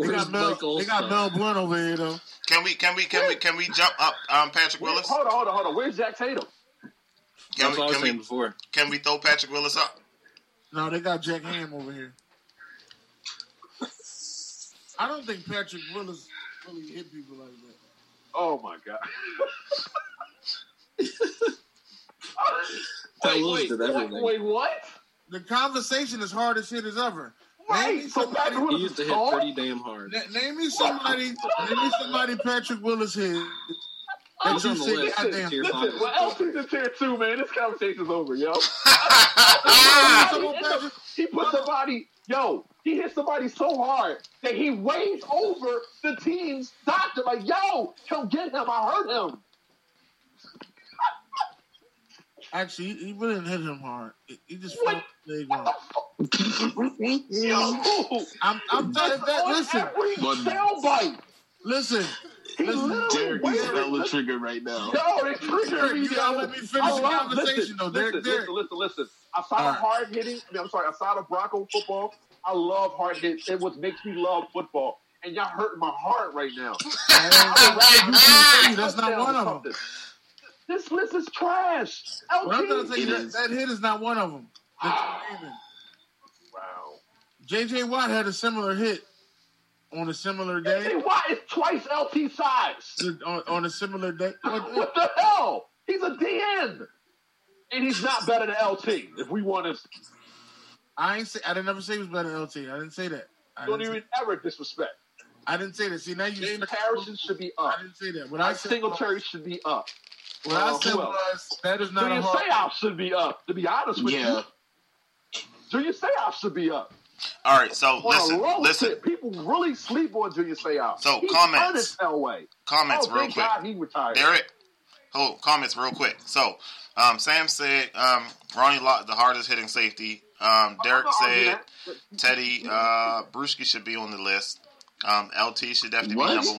S2: They
S4: Where's
S2: got, Mel, they got
S4: Olson?
S2: Mel Blunt over here, though.
S1: Can we can we can we can we jump up um, Patrick
S3: Where,
S1: Willis?
S3: hold on, hold on, hold on. Where's Jack Tatum?
S1: Can
S4: That's
S1: we, can
S4: what I was saying
S1: we
S4: before.
S1: can we throw Patrick Willis up?
S2: No, they got Jack Ham over here. I don't think Patrick Willis really hit people like that.
S3: Oh my god.
S4: That Willis did everything.
S3: Wait, what?
S2: The conversation is hard as shit as ever. Name
S3: Wait,
S2: me
S3: so Oh,
S2: somebody,
S3: Patrick
S4: He
S3: Willis
S4: used to
S3: is
S4: hit
S3: gone?
S4: pretty damn hard.
S2: na- name me somebody. name me somebody Patrick Willis hit.
S3: Oh,
S2: That you
S4: on the
S2: said,
S4: list.
S2: goddamn.
S4: Tier
S2: Name
S4: five.
S3: Listen, well, else is in tier two, man. This conversation's over, yo.
S2: me
S3: He
S2: someone
S3: hit
S2: Patrick-
S3: some- he put somebody, yo, he hit somebody so hard that he waved over the team's doctor, like, yo, come get him. I heard him.
S2: Actually, he, he really didn't hit him hard. He, he just
S3: What?
S2: fell leg
S3: What
S2: on.
S3: the fuck? yo,
S2: I'm, I'm telling
S3: that's
S2: that.
S3: on
S2: Listen,
S3: every
S5: But-
S3: soundbite.
S2: listen.
S3: He
S5: Literally Derek is
S3: waiting.
S5: hella triggered right now.
S3: No, it triggered me.
S2: You gotta let me finish the
S3: love-
S2: conversation,
S3: listen,
S2: though, Derek,
S3: Listen,
S2: Derek.
S3: listen, listen, listen. Outside of hard hitting, I mean, I'm sorry, outside of Bronco football, I love hard hits. It what makes me love football. And y'all hurting my heart right now. I would rather you
S2: Hey,
S3: do
S2: that's not
S3: touchdowns
S2: one
S3: or
S2: of 'em.
S3: something. This list is trash.
S2: What I'm trying to
S3: LT.
S2: say
S5: It
S2: that,
S5: is.
S2: that hit is not one of them.
S3: Wow.
S2: Wow. JJ Watt had a similar hit on a similar
S3: Hey,
S2: day.
S3: why is twice LT size?
S2: On, on a similar day. What- what-
S3: What the hell? He's a DN. And he's not better than LT. If we want to,
S2: I ain't say I didn't never say he was better than LT. I didn't say that. I
S3: don't
S2: didn't, say,
S3: even ever disrespect.
S2: I didn't say that. See now you
S3: James Harrison should be up.
S2: I didn't say that. What I
S3: Mike
S2: said,
S3: Singletary should be up.
S2: what I
S3: uh,
S2: said
S3: who else?
S2: was that is not a
S3: Julius
S2: hard.
S3: Seau should be up. To be honest with
S5: Yeah.
S3: you, Julius Seau should be up.
S1: All right, so
S3: On a
S1: listen,
S3: road
S1: listen.
S3: trip, people really sleep on Julius Seau.
S1: So,
S3: He's
S1: comments.
S3: Ernest Elway.
S1: Comments
S3: oh,
S1: real
S3: thank
S1: quick.
S3: God he retired.
S1: Derek, hold comments real quick. So, um, Sam said um, Ronnie Lott the hardest hitting safety. Um, Derek
S3: not arguing
S1: said
S3: that.
S1: Teddy uh, Bruschi should be on the list. Um, LT should definitely
S5: What?
S1: be number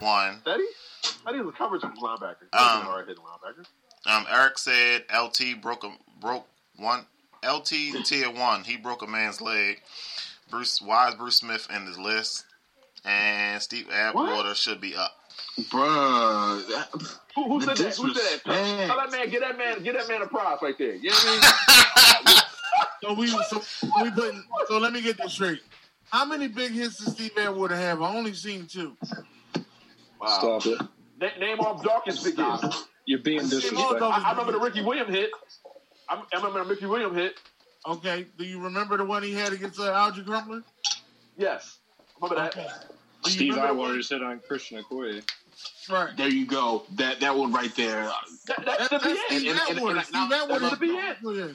S1: one.
S3: Teddy? Teddy was a coverage linebacker. He wasn't a
S1: Um,
S3: hard-hitting linebacker.
S1: Um, Eric said LT broke a, broke one. LT tier one. He broke a man's leg. Bruce, why is Bruce Smith in this list? And Steve Atwater should be up.
S5: Bruh. that-
S3: Who, who
S5: The
S3: said that? Who said that?
S5: disrespect.
S3: Tell that man, get that man, get that man a prize right there. You know what I
S2: So we so we put so let me get this straight. How many big hits does Steve Atwater have? I only seen two.
S3: mean? Wow.
S4: Stop it.
S3: Na- name off Dawkins again.
S4: You're being disrespectful.
S3: I, I remember the Ricky William hit. I, I remember the Ricky William hit.
S2: Okay. Do you remember the one he had against uh, Algie Crumpler?
S3: Yes. Remember that.
S2: Okay. Do you
S4: Steve
S2: remember the one-
S4: Iwater said on Christian Okoye.
S2: Right.
S5: There you go. That that one right there.
S3: That, that
S2: That,
S3: should
S2: that's
S3: be
S2: Steve
S3: it.
S5: and- and-
S2: Atwater.
S5: and-
S2: Steve Atwater
S3: That'd be it.
S2: Oh, yeah.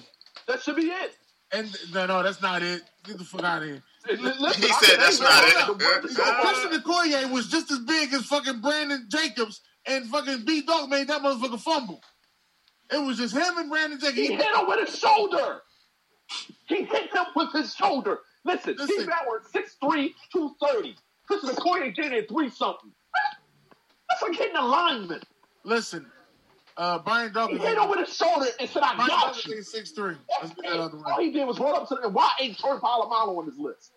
S3: That should be it.
S2: And no, no, that's not it. Get the fuck out of here.
S3: L- listen,
S1: He
S3: I
S1: said
S3: can-
S1: that's
S3: hey,
S1: not
S3: look,
S1: it.
S3: look,
S2: So
S3: look,
S2: Christian Okoye was just as big as fucking Brandon Jacobs, and fucking B Dog made that motherfucker fumble. It was just him and Brandon
S3: He
S2: Jacobs.
S3: hit him with his shoulder. He hit him with his shoulder. Listen,
S2: Listen.
S3: Steve Bauer, 6'3", 230. Christian McCoy getting at three something. That's like hitting a lineman.
S2: Listen, uh, Brian
S3: He
S2: Dawkins.
S3: hit him with his shoulder and said, I
S2: Brian
S3: got
S2: Dawkins
S3: you.
S2: is six three. Let's get that out of the
S3: All
S2: way.
S3: he did was run up to the why ain't Troy Polamalu on this list?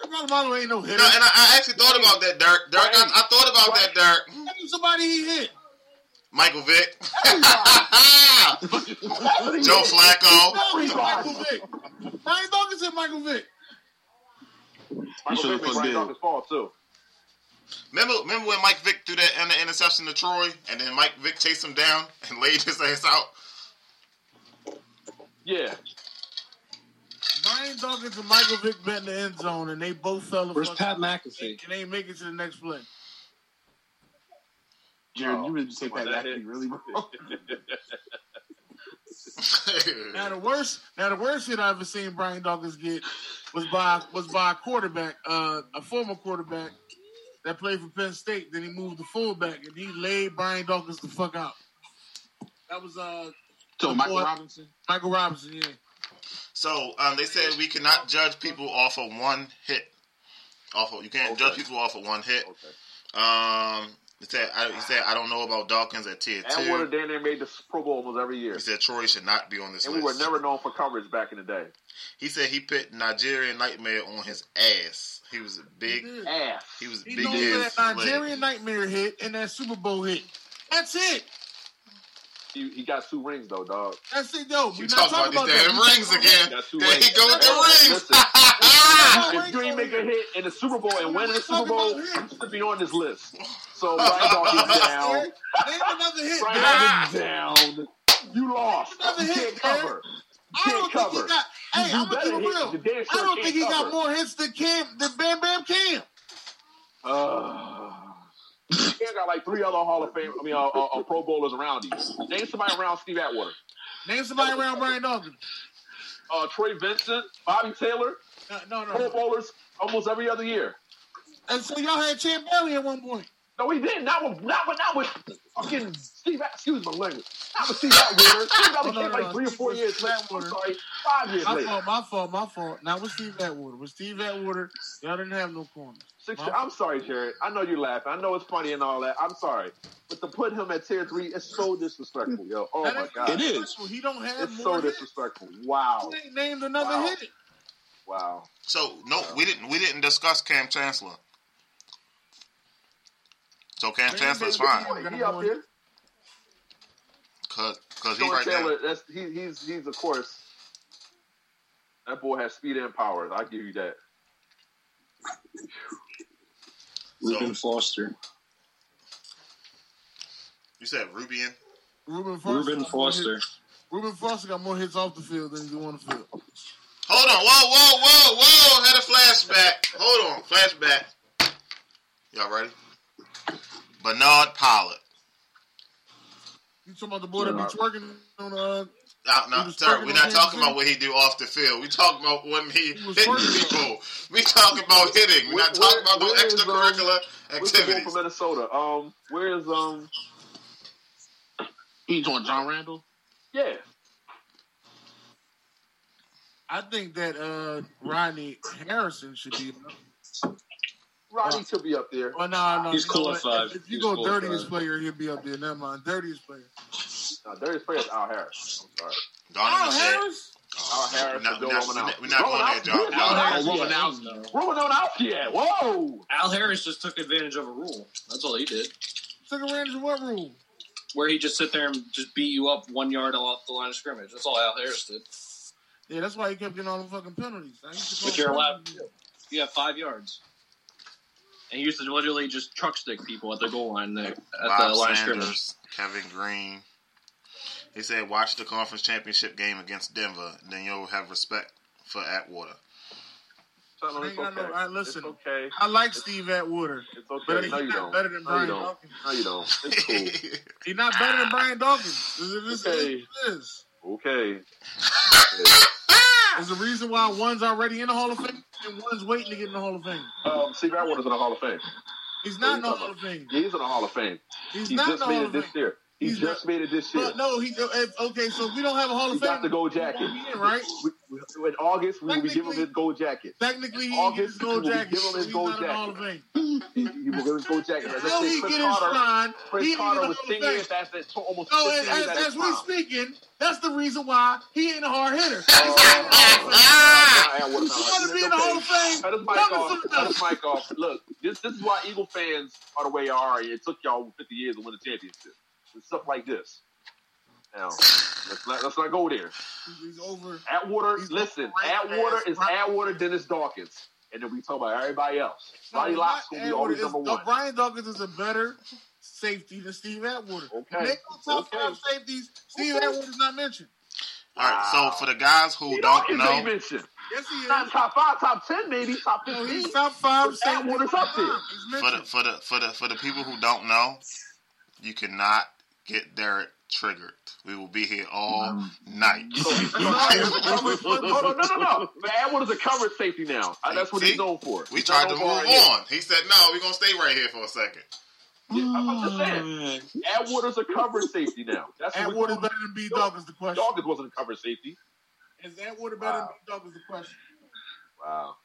S2: Polamalu ain't no hitter.
S1: No, and I, I actually thought about that, Dirk. Dirk, I, I thought about that, Dirk.
S2: Tell me Somebody he hit.
S1: Michael Vick.
S3: That's what he
S1: Joe
S3: did. Oh,
S1: Flacco.
S2: No, he's Michael Vick. Brian Dawkins hit Michael Vick.
S3: Michael
S5: should've
S3: Vick was
S5: put
S3: right
S5: Bill.
S3: on his fall, too.
S1: Remember, remember when Mike Vick threw that in the interception to Troy, and then Mike Vick chased him down and laid his ass out.
S3: Yeah.
S2: Brian Dawkins and Michael Vick met in the end zone, and they both fell. the
S4: Where's
S2: fuck-
S4: Pat McAfee?
S2: And they make it to the next play.
S5: Jared,
S3: Oh,
S5: you really just take
S3: well,
S5: that
S3: that
S5: back.
S3: hit.
S5: You really.
S2: Now the worst, now the worst shit I ever seen Brian Dawkins get was by was by a quarterback, uh, a former quarterback that played for Penn State. Then he moved to fullback, and he laid Brian Dawkins the fuck out. That was uh,
S5: So Michael
S2: Boy.
S5: Robinson.
S2: Michael Robinson. Yeah,
S1: so um, they said we cannot judge people off of one hit. Off of, you can't judge people off of one hit.
S3: Okay.
S1: Um, he said, I, he said, I don't know about Dawkins at tier
S3: And Warner
S1: two.
S3: damn near made the Pro Bowl almost every year.
S1: He said Troy should not be on this
S3: And we
S1: list.
S3: were never known for coverage back in the day.
S1: He said he put Nigerian Nightmare on his ass. He was big.
S2: He did.
S3: Ass.
S1: He was
S2: he
S1: big
S2: known for
S1: ass.
S2: that
S1: leg.
S2: Nigerian nightmare hit and that Super Bowl hit. That's it.
S3: He, he got two rings though, dog.
S2: That's it, though.
S1: You talk about these damn
S2: that.
S1: rings again.
S3: That's two
S1: There
S3: rings.
S1: he go with the
S3: Listen,
S1: rings.
S3: If you ain't make a hit in the Super Bowl and win the Super
S2: Talking
S3: Bowl,
S2: about
S3: you
S2: hits.
S3: should be on this list. So Brian Dawkins down.
S2: Name another hit.
S3: Brian
S2: man.
S3: Dawkins down. You lost.
S2: Another
S3: You
S2: hit,
S3: can't cover.
S2: I don't think
S3: can't cover.
S2: he got. Hey,
S3: You
S2: I'm gonna
S3: better
S2: keep it
S3: hit.
S2: real.
S3: You damn
S2: I
S3: sure
S2: don't
S3: can't
S2: think he got
S3: cover.
S2: more hits than Cam than Bam Bam Cam.
S3: Uh, He got like three other Hall of Fame, I mean, uh, uh, uh, Pro Bowlers around him. Name somebody around Steve Atwater.
S2: Name
S3: Oh.
S2: somebody around Brian Dawkins.
S3: Uh, Troy Vincent, Bobby Taylor,
S2: No, no, no.
S3: Pro Bowlers almost every other year.
S2: And so y'all had Champ Bailey at one point.
S3: No, he didn't. Not with, not with, not with fucking Steve. At- Excuse my language. Not with Steve Atwater. Steve
S2: No,
S3: Atwater
S2: no,
S3: came
S2: no,
S3: like three or
S2: Steve
S3: four
S2: was
S3: years later. I'm
S2: Atwater.
S3: sorry, five years
S2: My
S3: later.
S2: fault, my fault, my fault. Now with Steve Atwater. With Steve Atwater, y'all didn't have no corners.
S3: Six,
S2: My-
S3: I'm sorry, Jared. I know you're laughing. I know it's funny and all that. I'm sorry, but to put him at tier three is so disrespectful, yo. Oh
S2: That
S3: my
S2: ain't
S3: god,
S2: disrespectful. He don't have
S3: It's
S2: more
S3: so
S2: hits.
S3: disrespectful. Wow,
S2: He ain't named another
S3: Wow.
S2: hit.
S3: wow.
S1: So no, we didn't we didn't discuss Cam Chancellor. So Cam
S2: Man,
S1: Chancellor's
S2: man,
S1: fine
S2: man.
S3: He up there.
S1: because because he's
S3: Sean
S1: right
S3: Taylor,
S1: there.
S3: that's he, he's he's of course. That boy has speed and power. I give you that.
S4: Ruben Foster.
S1: You said Rubian.
S2: Ruben Foster.
S4: Ruben
S2: got more
S4: Foster.
S2: hits- Ruben Foster got more hits off the field than he do on the field.
S1: Hold on, whoa, whoa, whoa, whoa! Had a flashback. Hold on, flashback. Y'all ready? Bernard Pollard.
S2: You talking about the boy that be
S3: Nah.
S2: twerking on
S1: No,
S2: uh He
S1: no,
S2: was
S1: sir,
S2: twerking
S1: we're
S2: on
S1: not
S2: Kansas
S1: talking
S2: City.
S1: about what he do off the field. We talking about when he,
S2: was
S1: hitting
S2: twerking.
S1: people. We talking about hitting. We're not
S3: Where-
S1: talking about no
S3: where is, um,
S1: extracurricular
S3: What's the boy from
S1: activities.
S3: Minnesota? Um, where is um?
S5: He's on John Randall.
S3: Yeah,
S2: I think that uh Rodney Harrison should be
S1: Uh,
S3: Rodney should be up there.
S2: Well, Oh, no, no.
S4: He's
S2: you know
S4: cool
S2: what?
S4: at five.
S2: If, if you
S4: He's
S2: go
S4: cool at
S2: dirtiest
S4: five.
S2: player, he'll be up there. Never mind. Dirtiest player.
S3: No, there is players Al Harris. I'm sorry. Oh,
S1: Donovan said,
S3: Al Harris
S1: No,
S3: and Bill
S1: no,
S3: Romanowski.
S1: we're Oh, not going there, John. Al
S3: Romanowski, Al Harris.
S5: Oh,
S3: yeah.
S5: Romanowski.
S3: Romanowski, yeah. Whoa.
S4: Al Harris just took advantage of a rule. That's all he did.
S2: Took advantage of what rule?
S4: Where he just sit there and just beat you up one yard off the line of scrimmage. That's all Al Harris did.
S2: Yeah, that's why he kept getting all the fucking penalties. Now, he's
S4: But you're allowed. to. You have five yards. And he used to literally just truck stick people at the goal line there, at the line
S1: Bob
S4: of scrimmage.
S1: Sanders, Kevin Green. He said, watch the conference championship game against Denver, then you'll have respect for Atwater.
S3: Tell him
S2: I
S3: it's
S2: ain't got
S3: okay.
S2: no- all right, listen.
S3: It's okay.
S2: I like Steve Atwater.
S3: It's okay.
S2: Better,
S3: no,
S2: he's
S3: you
S2: not
S3: don't.
S2: better than
S3: no,
S2: Brian
S3: you don't.
S2: Dawkins.
S3: No, you don't. It's
S2: He's not better than Brian Dawkins. This is- this is-
S3: Okay.
S2: this is-
S3: cool. okay.
S2: There's a reason why one's already in the Hall of Fame and one's waiting to get in the Hall of Fame.
S3: Um, Steve Atwater's in the Hall of Fame.
S2: He's not in the Hall of Fame.
S3: Yeah, he's in the Hall of Fame.
S2: He's
S3: he
S2: not in
S3: just
S2: the
S3: made
S2: Hall
S3: it
S2: of
S3: this
S2: Fame.
S3: year. He
S2: He's
S3: just
S2: not-
S3: made it this year.
S2: But no, he if, okay. So if we don't have a Hall
S3: he
S2: of
S3: got the
S2: Fame.
S3: gold jacket.
S2: He in, right?
S3: We, we, in August, we, we give him his
S2: Technically-
S3: gold jacket.
S2: Technically, he
S3: August,
S2: gets his gold
S3: we give
S2: jacket.
S3: him his
S2: He's
S3: gold
S2: not in the Hall of
S3: jacket.
S2: Fame.
S3: He, he will give his gold jacket. As I
S2: Until
S3: said,
S2: he
S3: Chris
S2: get his
S3: Carter,
S2: shine,
S3: Chris
S2: he ain't
S3: Carter
S2: in the
S3: was
S2: Hall of
S3: 10 years
S2: Fame.
S3: after so almost
S2: No,
S3: 15
S2: as,
S3: years at
S2: as,
S3: his
S2: as we
S3: prime.
S2: speaking, that's the reason why he ain't a hard hitter. He's not in the Hall of Fame.
S1: Ah!
S3: Nah, Atwater's
S2: If you want to
S3: not hurt.
S2: be in the
S3: Okay.
S2: Hall of Fame,
S3: Cut his mic
S2: coming
S3: off.
S2: from
S3: Cut
S2: the
S3: his mic off. Look, this this is why Eagle fans are the way they are. and It took y'all 50 years to win a championship. It's stuff like this. Now, let's not, let's not go there.
S2: He's over.
S3: Atwater,
S2: He's
S3: listen,
S2: overrated
S3: Atwater
S2: as
S3: is
S2: Brian-
S3: Atwater Dennis Dawkins. And then we talk about everybody else. Roddy
S2: No,
S3: Locke's
S2: not
S3: going to be
S2: Atwater.
S3: always
S2: It's-
S3: number
S2: no,
S3: one.
S2: Brian Dawkins is a better safety than Steve Atwater.
S3: Okay.
S2: Make no top
S3: Okay.
S2: five safeties. Steve
S3: Okay.
S2: Atwater's not mentioned.
S1: All right, so
S3: Wow.
S1: for the guys who
S3: He
S1: don't
S3: Dawkins
S1: know,
S3: ain't mentioned.
S2: Yes, he
S3: Not
S2: is.
S3: top five, top 10, maybe, top
S2: No,
S3: 15.
S2: he's top five
S3: But
S2: safety.
S3: Atwater's up there.
S2: He's
S1: for the
S2: mentioned.
S1: for the for the for the people who don't know, you cannot get Derek triggered. We will be here all night.
S3: Hold on, no, no, no. But Atwater's a coverage safety now. Uh, That's what
S1: See?
S3: he's known for.
S1: We
S3: He's
S1: tried
S3: not
S1: to move
S3: known for our-
S1: on. He said, "No, we're gonna stay right here for a second.
S3: Yeah, I'm just saying.
S4: Mm.
S3: Atwater's a coverage safety now. That's what we
S2: Atwater's
S3: call-
S2: better than B. Dog is the question.
S3: Dawkins wasn't a coverage safety.
S2: Is Atwater better than
S3: Wow.
S2: B. Dog is the question.
S3: Wow.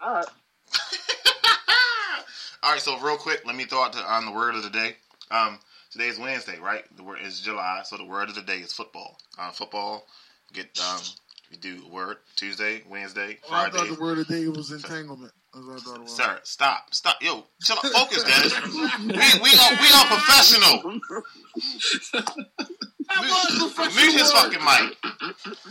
S3: All right.
S1: All right, so real quick, let me throw out the, on the word of the day. Um, today is Wednesday, right? The word is July, so the word of the day is football. Uh, football, get um, we do word Tuesday, Wednesday,
S2: Oh, I
S1: Friday.
S2: thought the word of the day was entanglement. That's what I thought it was.
S1: Sir, stop, stop, yo, chill out, focus, Dennis. we we are we are professional. Mute his fucking mic.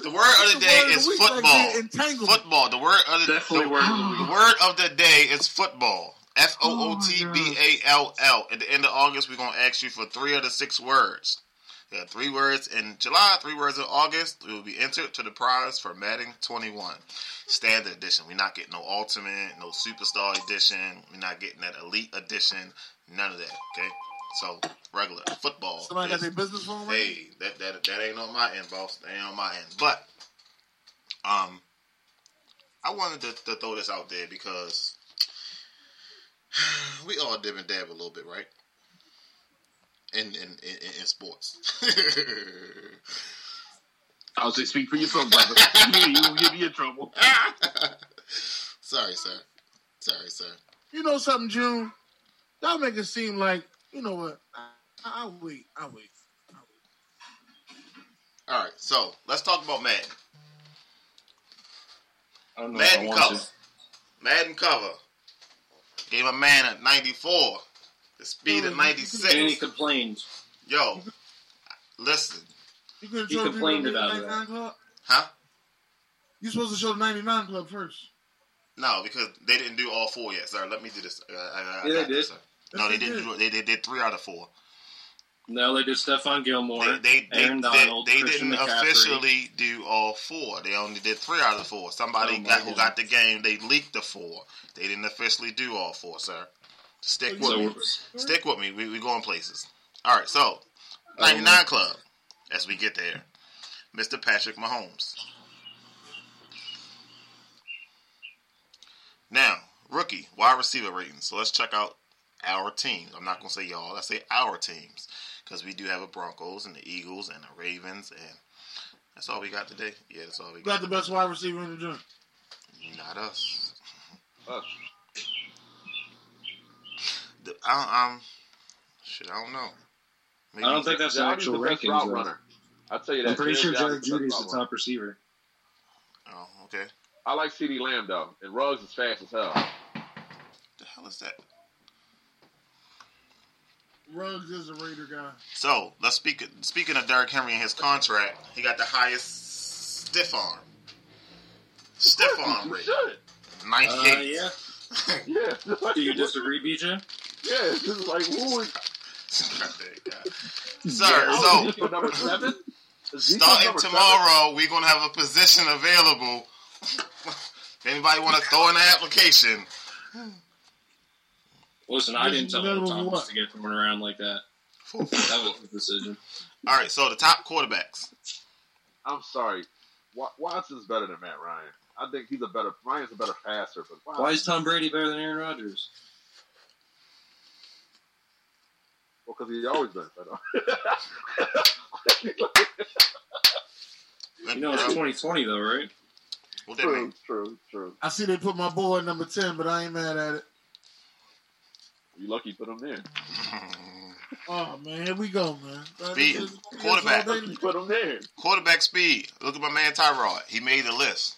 S1: The word of the day is football. Football. The word of the,
S4: Definitely
S1: the-
S4: word of the week.
S1: the word of the day is football. F O O T B A L L. At the end of August, we're gonna ask you for three of the six words. Yeah, three words in July, three words in August. We will be entered to the prize for Madden 21 Standard Edition. We're not getting no Ultimate, no Superstar Edition. We're not getting that Elite Edition. None of that. Okay. So regular football.
S2: Somebody got
S1: is-
S2: their business phone ringing?
S1: Hey, that, that that ain't on my end, boss. That ain't on my end. But um, I wanted to, to throw this out there because we all dib and dab a little bit, right? In in in, in- in sports.
S5: I was say, speak for yourself, brother. you you gonna get me in trouble.
S1: Sorry, sir. Sorry, sir.
S2: You know something, June? Y'all make it seem like you know what? I, I I'll wait. I will wait.
S1: All right, so let's talk about Madden.
S4: I don't know if I
S1: Madden
S4: want
S1: cover.
S4: to.
S1: Madden cover. Gave a man a 94. The speed of
S4: And he
S1: 96.
S4: complained.
S1: Yo, listen.
S2: You couldn't
S4: He
S2: show the
S4: complained
S2: people the
S4: about it.
S2: 99 Club?
S1: Huh?
S2: You supposed to show the 99 Club first.
S1: No, because they didn't do all four yet, sir. Let me do this. Uh, I, I, I
S4: Yeah, they
S1: got this,
S4: did.
S1: sir. No,
S2: Yes,
S1: they
S2: they
S1: didn't.
S2: did.
S1: Do, they, they did three out of four.
S4: No, they did Stephon Gilmore,
S1: They they they,
S4: Aaron
S1: they-
S4: Donald,
S1: they
S4: Christian
S1: didn't
S4: McCaffrey.
S1: officially do all four. They only did three out of four. Somebody
S4: Oh, my
S1: got who
S4: goodness.
S1: got the game. They leaked the four. They didn't officially do all four, sir. Stick with
S4: So
S1: me.
S4: we're-
S2: Mm-hmm.
S1: Stick with me. We we going places. All right. So, ninety nine club. As we get there, Mister Patrick Mahomes. Now, rookie wide receiver ratings. So let's check out our teams. I'm not gonna say y'all. I say our teams because we do have a Broncos and the Eagles and the Ravens and. That's all we got today. Yeah, that's all we
S2: You got
S1: got.
S2: the best wide receiver in the joint.
S1: Not us.
S3: Us.
S1: The- I, um, shit, I don't know. Maybe
S4: I don't think that's the
S3: Jeudy's
S4: actual
S3: the best
S4: rankings.
S3: route
S4: though.
S3: runner. I tell you that.
S4: I'm pretty sure
S3: Jeudy's
S4: Jerry
S3: the best
S4: Judy's
S3: route
S4: the
S3: runner.
S4: top receiver.
S1: Oh, okay.
S3: I like CD Lamb though, and Ruggs is fast as hell.
S1: The hell is that?
S2: Ruggs is a Raider guy.
S1: So let's speak. Speaking of Derrick Henry and his contract, he got the highest stiff arm. Stiff arm
S3: You
S1: rate,
S3: should.
S4: Uh,
S1: ninety-eight.
S4: yeah.
S3: Yeah. Like,
S4: Do you
S3: what-
S4: disagree, BJ?
S3: Yeah. This is like who is
S1: Sir, so
S3: Zeke number seven? Zeke
S1: starting
S3: number seven?
S1: tomorrow, we're gonna have a position available. If Anybody want to throw in an application?
S4: Listen, I didn't tell
S2: Middle
S4: Will
S2: of
S4: Thomas
S2: what?
S4: to get thrown around like that. That was his decision.
S1: All right. So the top quarterbacks.
S3: I'm sorry. Wa- Watson's better than Matt Ryan. I think he's a better Ryan's a better passer, but Watson,
S4: Why is Tom Brady better than Aaron Rodgers?
S3: well, because he's always been better.
S4: You know, it's 2020 though, right?
S1: What that mean?
S3: true, true, true.
S2: I see they put my boy at number 10, but I ain't mad at it.
S3: You lucky put him there.
S2: Oh, man. Here we go, man. Uh,
S1: Speed.
S2: this is-
S1: Quarterback.
S3: You put him there.
S1: Quarterback speed. Look at my man Tyrod. He made the list.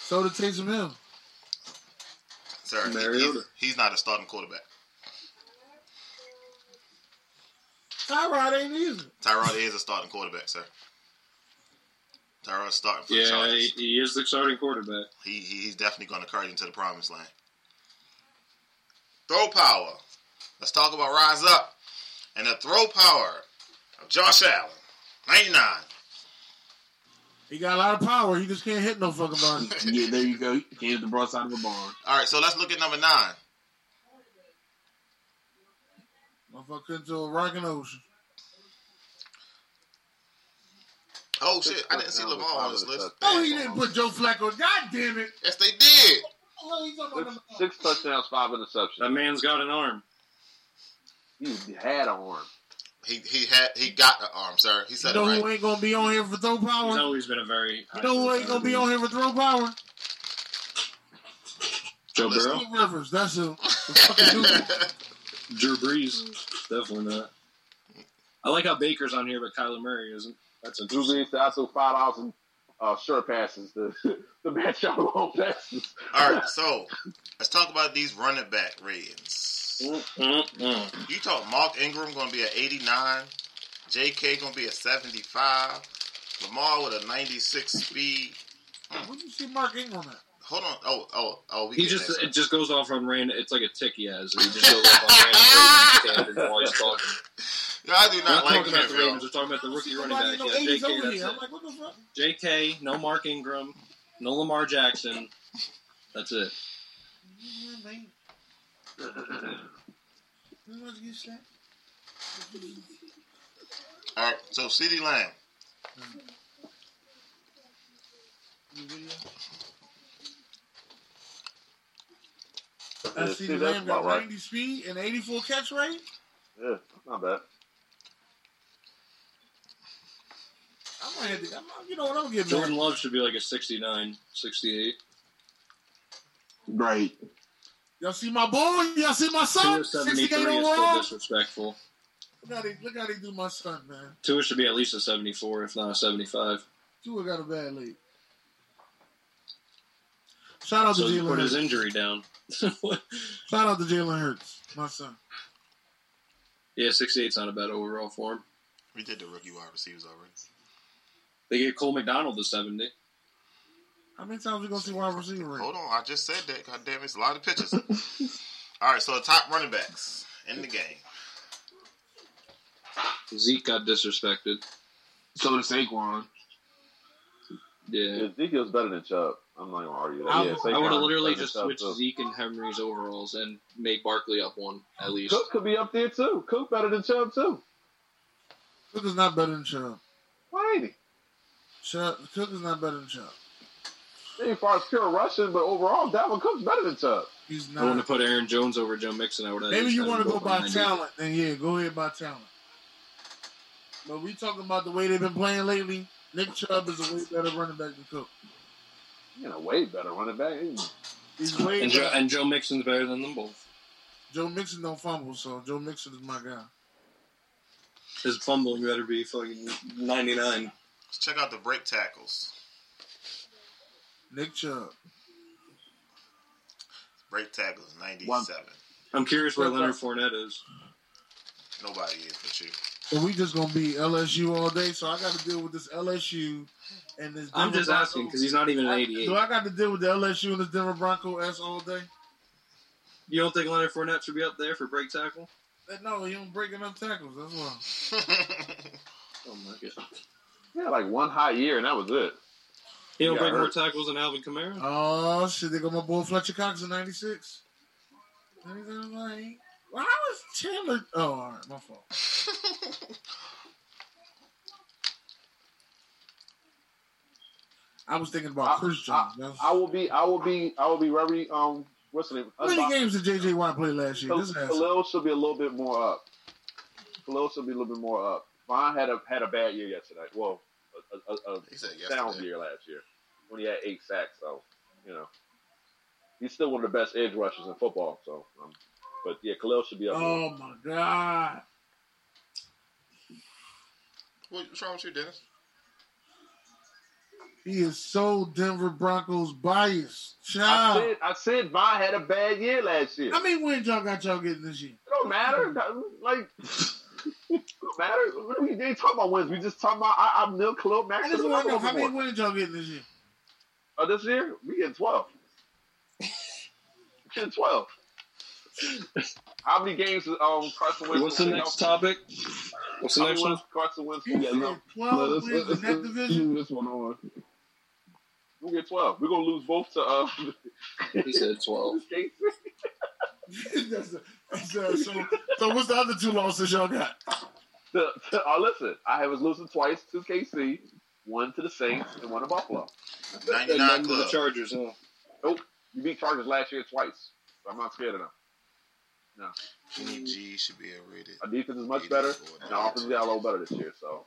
S2: So did Taysom Hill.
S1: Sir, he-
S4: Mariota.
S1: he's, he's not a starting quarterback.
S2: Tyrod ain't either.
S1: Tyrod is a starting quarterback, sir. Tyrod's starting for the
S4: Yeah, he,
S1: Chargers.
S4: he is the starting quarterback.
S1: He, he, he's definitely going to carry them to the promised land. Throw power. Let's talk about Rise Up and the throw power of Josh Allen. 99.
S2: He got a lot of power. You just can't hit no fucking body.
S5: Yeah, there you go. Here's the broadside of a barn.
S1: All right, so let's look at number nine.
S2: Motherfucker into a rocking ocean.
S1: Oh, shit. I didn't see Lamar on this list.
S2: Oh, he didn't put Joe Flacco. God damn it.
S1: Yes, they did.
S3: Six, six touchdowns, five
S4: That
S3: interceptions.
S4: man's got an arm.
S3: He had an arm.
S1: He he had he got an arm, sir. He
S2: You
S1: said
S2: know
S1: it
S2: who
S1: right.
S2: ain't gonna be on here for throw
S4: He's
S2: power?
S4: always been a very.
S2: Oh. You know who ain't gonna be on here for throw power?
S4: Joe Burrow,
S2: Phillip Rivers. That's who. The fucking Mm. dude.
S4: Drew Brees, definitely not. I like how Baker's on here, but Kyler Murray isn't. That's
S3: Drew
S4: interesting.
S3: Brees also five thousand uh, short passes to, to match our long passes.
S1: All right, so let's talk about these running back ratings.
S4: Mm-mm-mm.
S1: You talk Mark Ingram going to be at 89, JK going to be at 75, Lamar with a 96 speed.
S2: Where you see Mark Ingram at?
S1: Hold on. Oh, oh, oh. We
S4: He
S1: get
S4: just
S1: that.
S4: it just goes off on random. It's like a tick he has. He just goes off on random standards while he's talking.
S1: Yo, I do
S4: We're
S1: not
S4: not
S1: like
S4: talking about the
S1: him,
S4: Ravens.
S1: yo.
S4: We're talking about the
S2: See
S4: rookie
S2: nobody
S4: running back.
S2: in the 80s
S4: Yeah, JK.
S2: over
S4: That's
S2: here.
S4: it.
S2: I'm like, what the fuck?
S4: JK, no Mark Ingram, no Lamar Jackson. That's it.
S2: Yeah, man. You know what you said?
S1: All right. So, CeeDee Lamb.
S2: You video?
S3: Yeah,
S2: I
S3: see,
S2: see the
S3: that's
S2: Lamb
S3: about
S2: got
S3: right.
S2: 90 speed and 84 catch rate.
S3: Yeah, not bad.
S2: I'm gonna have to, I'm, you know what, I'm gonna get
S4: Jordan
S2: Jordan.
S4: Love should be like a 69, 68.
S5: Right.
S2: Y'all see my boy? Y'all see my son? 68
S4: 273 is still
S2: overall?
S4: disrespectful.
S2: Look how, they, look how they do my son, man.
S4: Tua should be at least a 74, if not a 75.
S2: Tua got a bad lead. Shout out
S4: So
S2: to
S4: he
S2: Jalen
S4: put his
S2: Hurts.
S4: injury down.
S2: Shout out to Jalen Hurts, my son.
S4: yeah, 68's not a bad overall for him.
S1: We did the rookie wide receivers already.
S4: They get Cole McDonald to 70.
S2: How many times we gonna see wide receiver rate?
S1: Hold on. I just said that. God damn it. It's a lot of pitches. All right. So, the top running backs in the game.
S4: Zeke got disrespected.
S5: So does Saquon.
S4: Yeah.
S3: Ezekiel's better than Chubb. I'm not gonna argue that.
S2: I
S3: yeah,
S2: would-
S3: Saquon
S4: I would have literally
S3: better
S4: just
S3: than Chubb,
S4: switched
S3: too.
S4: Zeke and Henry's overalls and made Barkley up one, at least.
S3: Cook could be up there too. Cook better than Chubb too.
S2: Cook is not better than Chubb.
S3: Why ain't he?
S2: Chubb Cook is not better than Chubb.
S3: As far as pure rushing, but overall, Dalvin Cook's better than Chubb.
S2: He's
S4: I want to
S2: not.
S4: put Aaron Jones over Joe Mixon. I would have
S2: Maybe you want to go by
S4: town.
S2: talent, then yeah, go ahead by talent. But we talking about the way they've been playing lately. Nick Chubb is a way better running back than Cook.
S3: You know, way better running back.
S2: He's way
S4: And Joe,
S2: better.
S4: and Joe Mixon's better than them both.
S2: Joe Mixon don't fumble, so Joe Mixon is my guy.
S4: His fumbling better be fucking 99.
S1: Let's check out the break tackles.
S2: Nick Chubb.
S1: Break tackles 97.
S4: I'm curious where Leonard Fournette is.
S1: Nobody is but you.
S2: So we just gonna be LSU all day. So I got to deal with this LSU and this.
S4: I'm
S2: Denver
S4: just asking
S2: Broncos.
S4: because he's not even an
S2: I-
S4: 88.
S2: Do I got to deal with the LSU and this Denver Bronco S all day?
S4: You don't think Leonard Fournette should be up there for break tackle?
S2: No, you don't breaking up tackles. That's why.
S4: Oh my god.
S3: Yeah, like one hot year, and that was it.
S4: He don't
S3: Yeah,
S4: break
S3: I
S4: more
S3: heard.
S4: tackles than Alvin Kamara?
S2: Oh shit! They got my boy Fletcher Cox in '96. Anything like? Well, how is Chandler? Oh, all right, my fault. I was thinking about Christian.
S3: I,
S2: That's-
S3: I will be, I will be, I will be very um. What's the name?
S2: How many games did JJ Watt play last year?
S3: Khalil,
S2: This ass.
S3: Khalil should be a little bit more up. Khalil should be a little bit more up. Vaughn had a had a bad year yesterday. Well, a, a, a, a
S1: He said
S3: sound
S1: yesterday.
S3: year last year when he had eight sacks. So, you know, he's still one of the best edge rushers in football. So, um, but yeah, Khalil should be up. there.
S2: Oh my god!
S1: What- What's wrong with you, Dennis?
S2: He is so Denver Broncos biased.
S3: I
S2: Child.
S3: said I said Vaughn had a bad year last year.
S2: How many wins y'all got y'all getting this year?
S3: It don't matter. Like, it don't matter. We didn't talk about wins. We just talking about I, I'm Neil Khalil Mack.
S2: I
S3: should
S2: just
S3: have
S2: want to know
S3: won
S2: how
S3: more.
S2: many wins y'all getting this year.
S3: Uh, this year, we get 12. We get 12. How many games um, Carson Wentz?
S4: What's the next topic? What's the
S3: How
S4: next
S3: many
S4: one?
S3: wins Carson Wentz?
S2: You
S3: Yeah,
S2: said
S3: no.
S5: No,
S2: 12
S5: let's-
S2: wins in
S5: let's-
S2: that
S5: let's
S2: division.
S5: leave this one on.
S3: We get 12. We're going to lose both to uh,
S4: He said 12.
S3: States.
S2: That's a- that's a- so, so what's the other two losses y'all got?
S3: To, to, uh, listen, I was losing twice to KC, one to the Saints, and one to Buffalo.
S1: 99
S4: to the
S1: club.
S4: Chargers, huh?
S3: You beat Chargers last year twice. So I'm not scared of them. No.
S1: Kenny G should be rated.
S3: Our defense is much better, and our offense got a little better this year. So,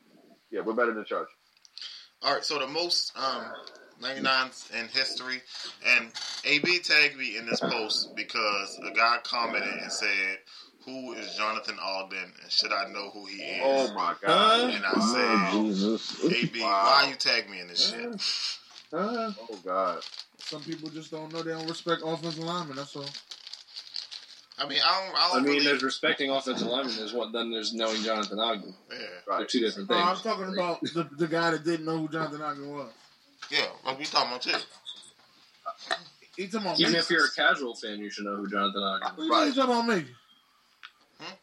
S3: yeah, we're better than Chargers.
S1: All right, so the most um, 99s in history, and AB tagged me in this post because a guy commented and said, "Who is Jonathan Alden, and should I know who he is?"
S3: Oh my God! Oh,
S1: And I said,
S5: Jesus.
S1: "AB, why you tag me in this shit?"
S2: Uh,
S3: Oh God!
S2: some people just don't know. They don't respect offensive linemen. That's all.
S1: I mean, I don't, I
S4: I
S1: don't
S4: mean,
S1: really.
S4: there's respecting offensive linemen. There's what then there's knowing Jonathan Ogden.
S1: Yeah,
S4: They're
S3: Right.
S4: two different
S2: No,
S4: things.
S2: Uh, I'm talking about the, the guy that didn't know who Jonathan Ogden was.
S1: yeah. What we talking about, too?
S2: He talking
S3: Uh,
S2: about
S4: Even
S2: me.
S4: if you're a casual fan, you should know who Jonathan Ogden.
S2: What do you mean he talking about me?
S1: Hmm?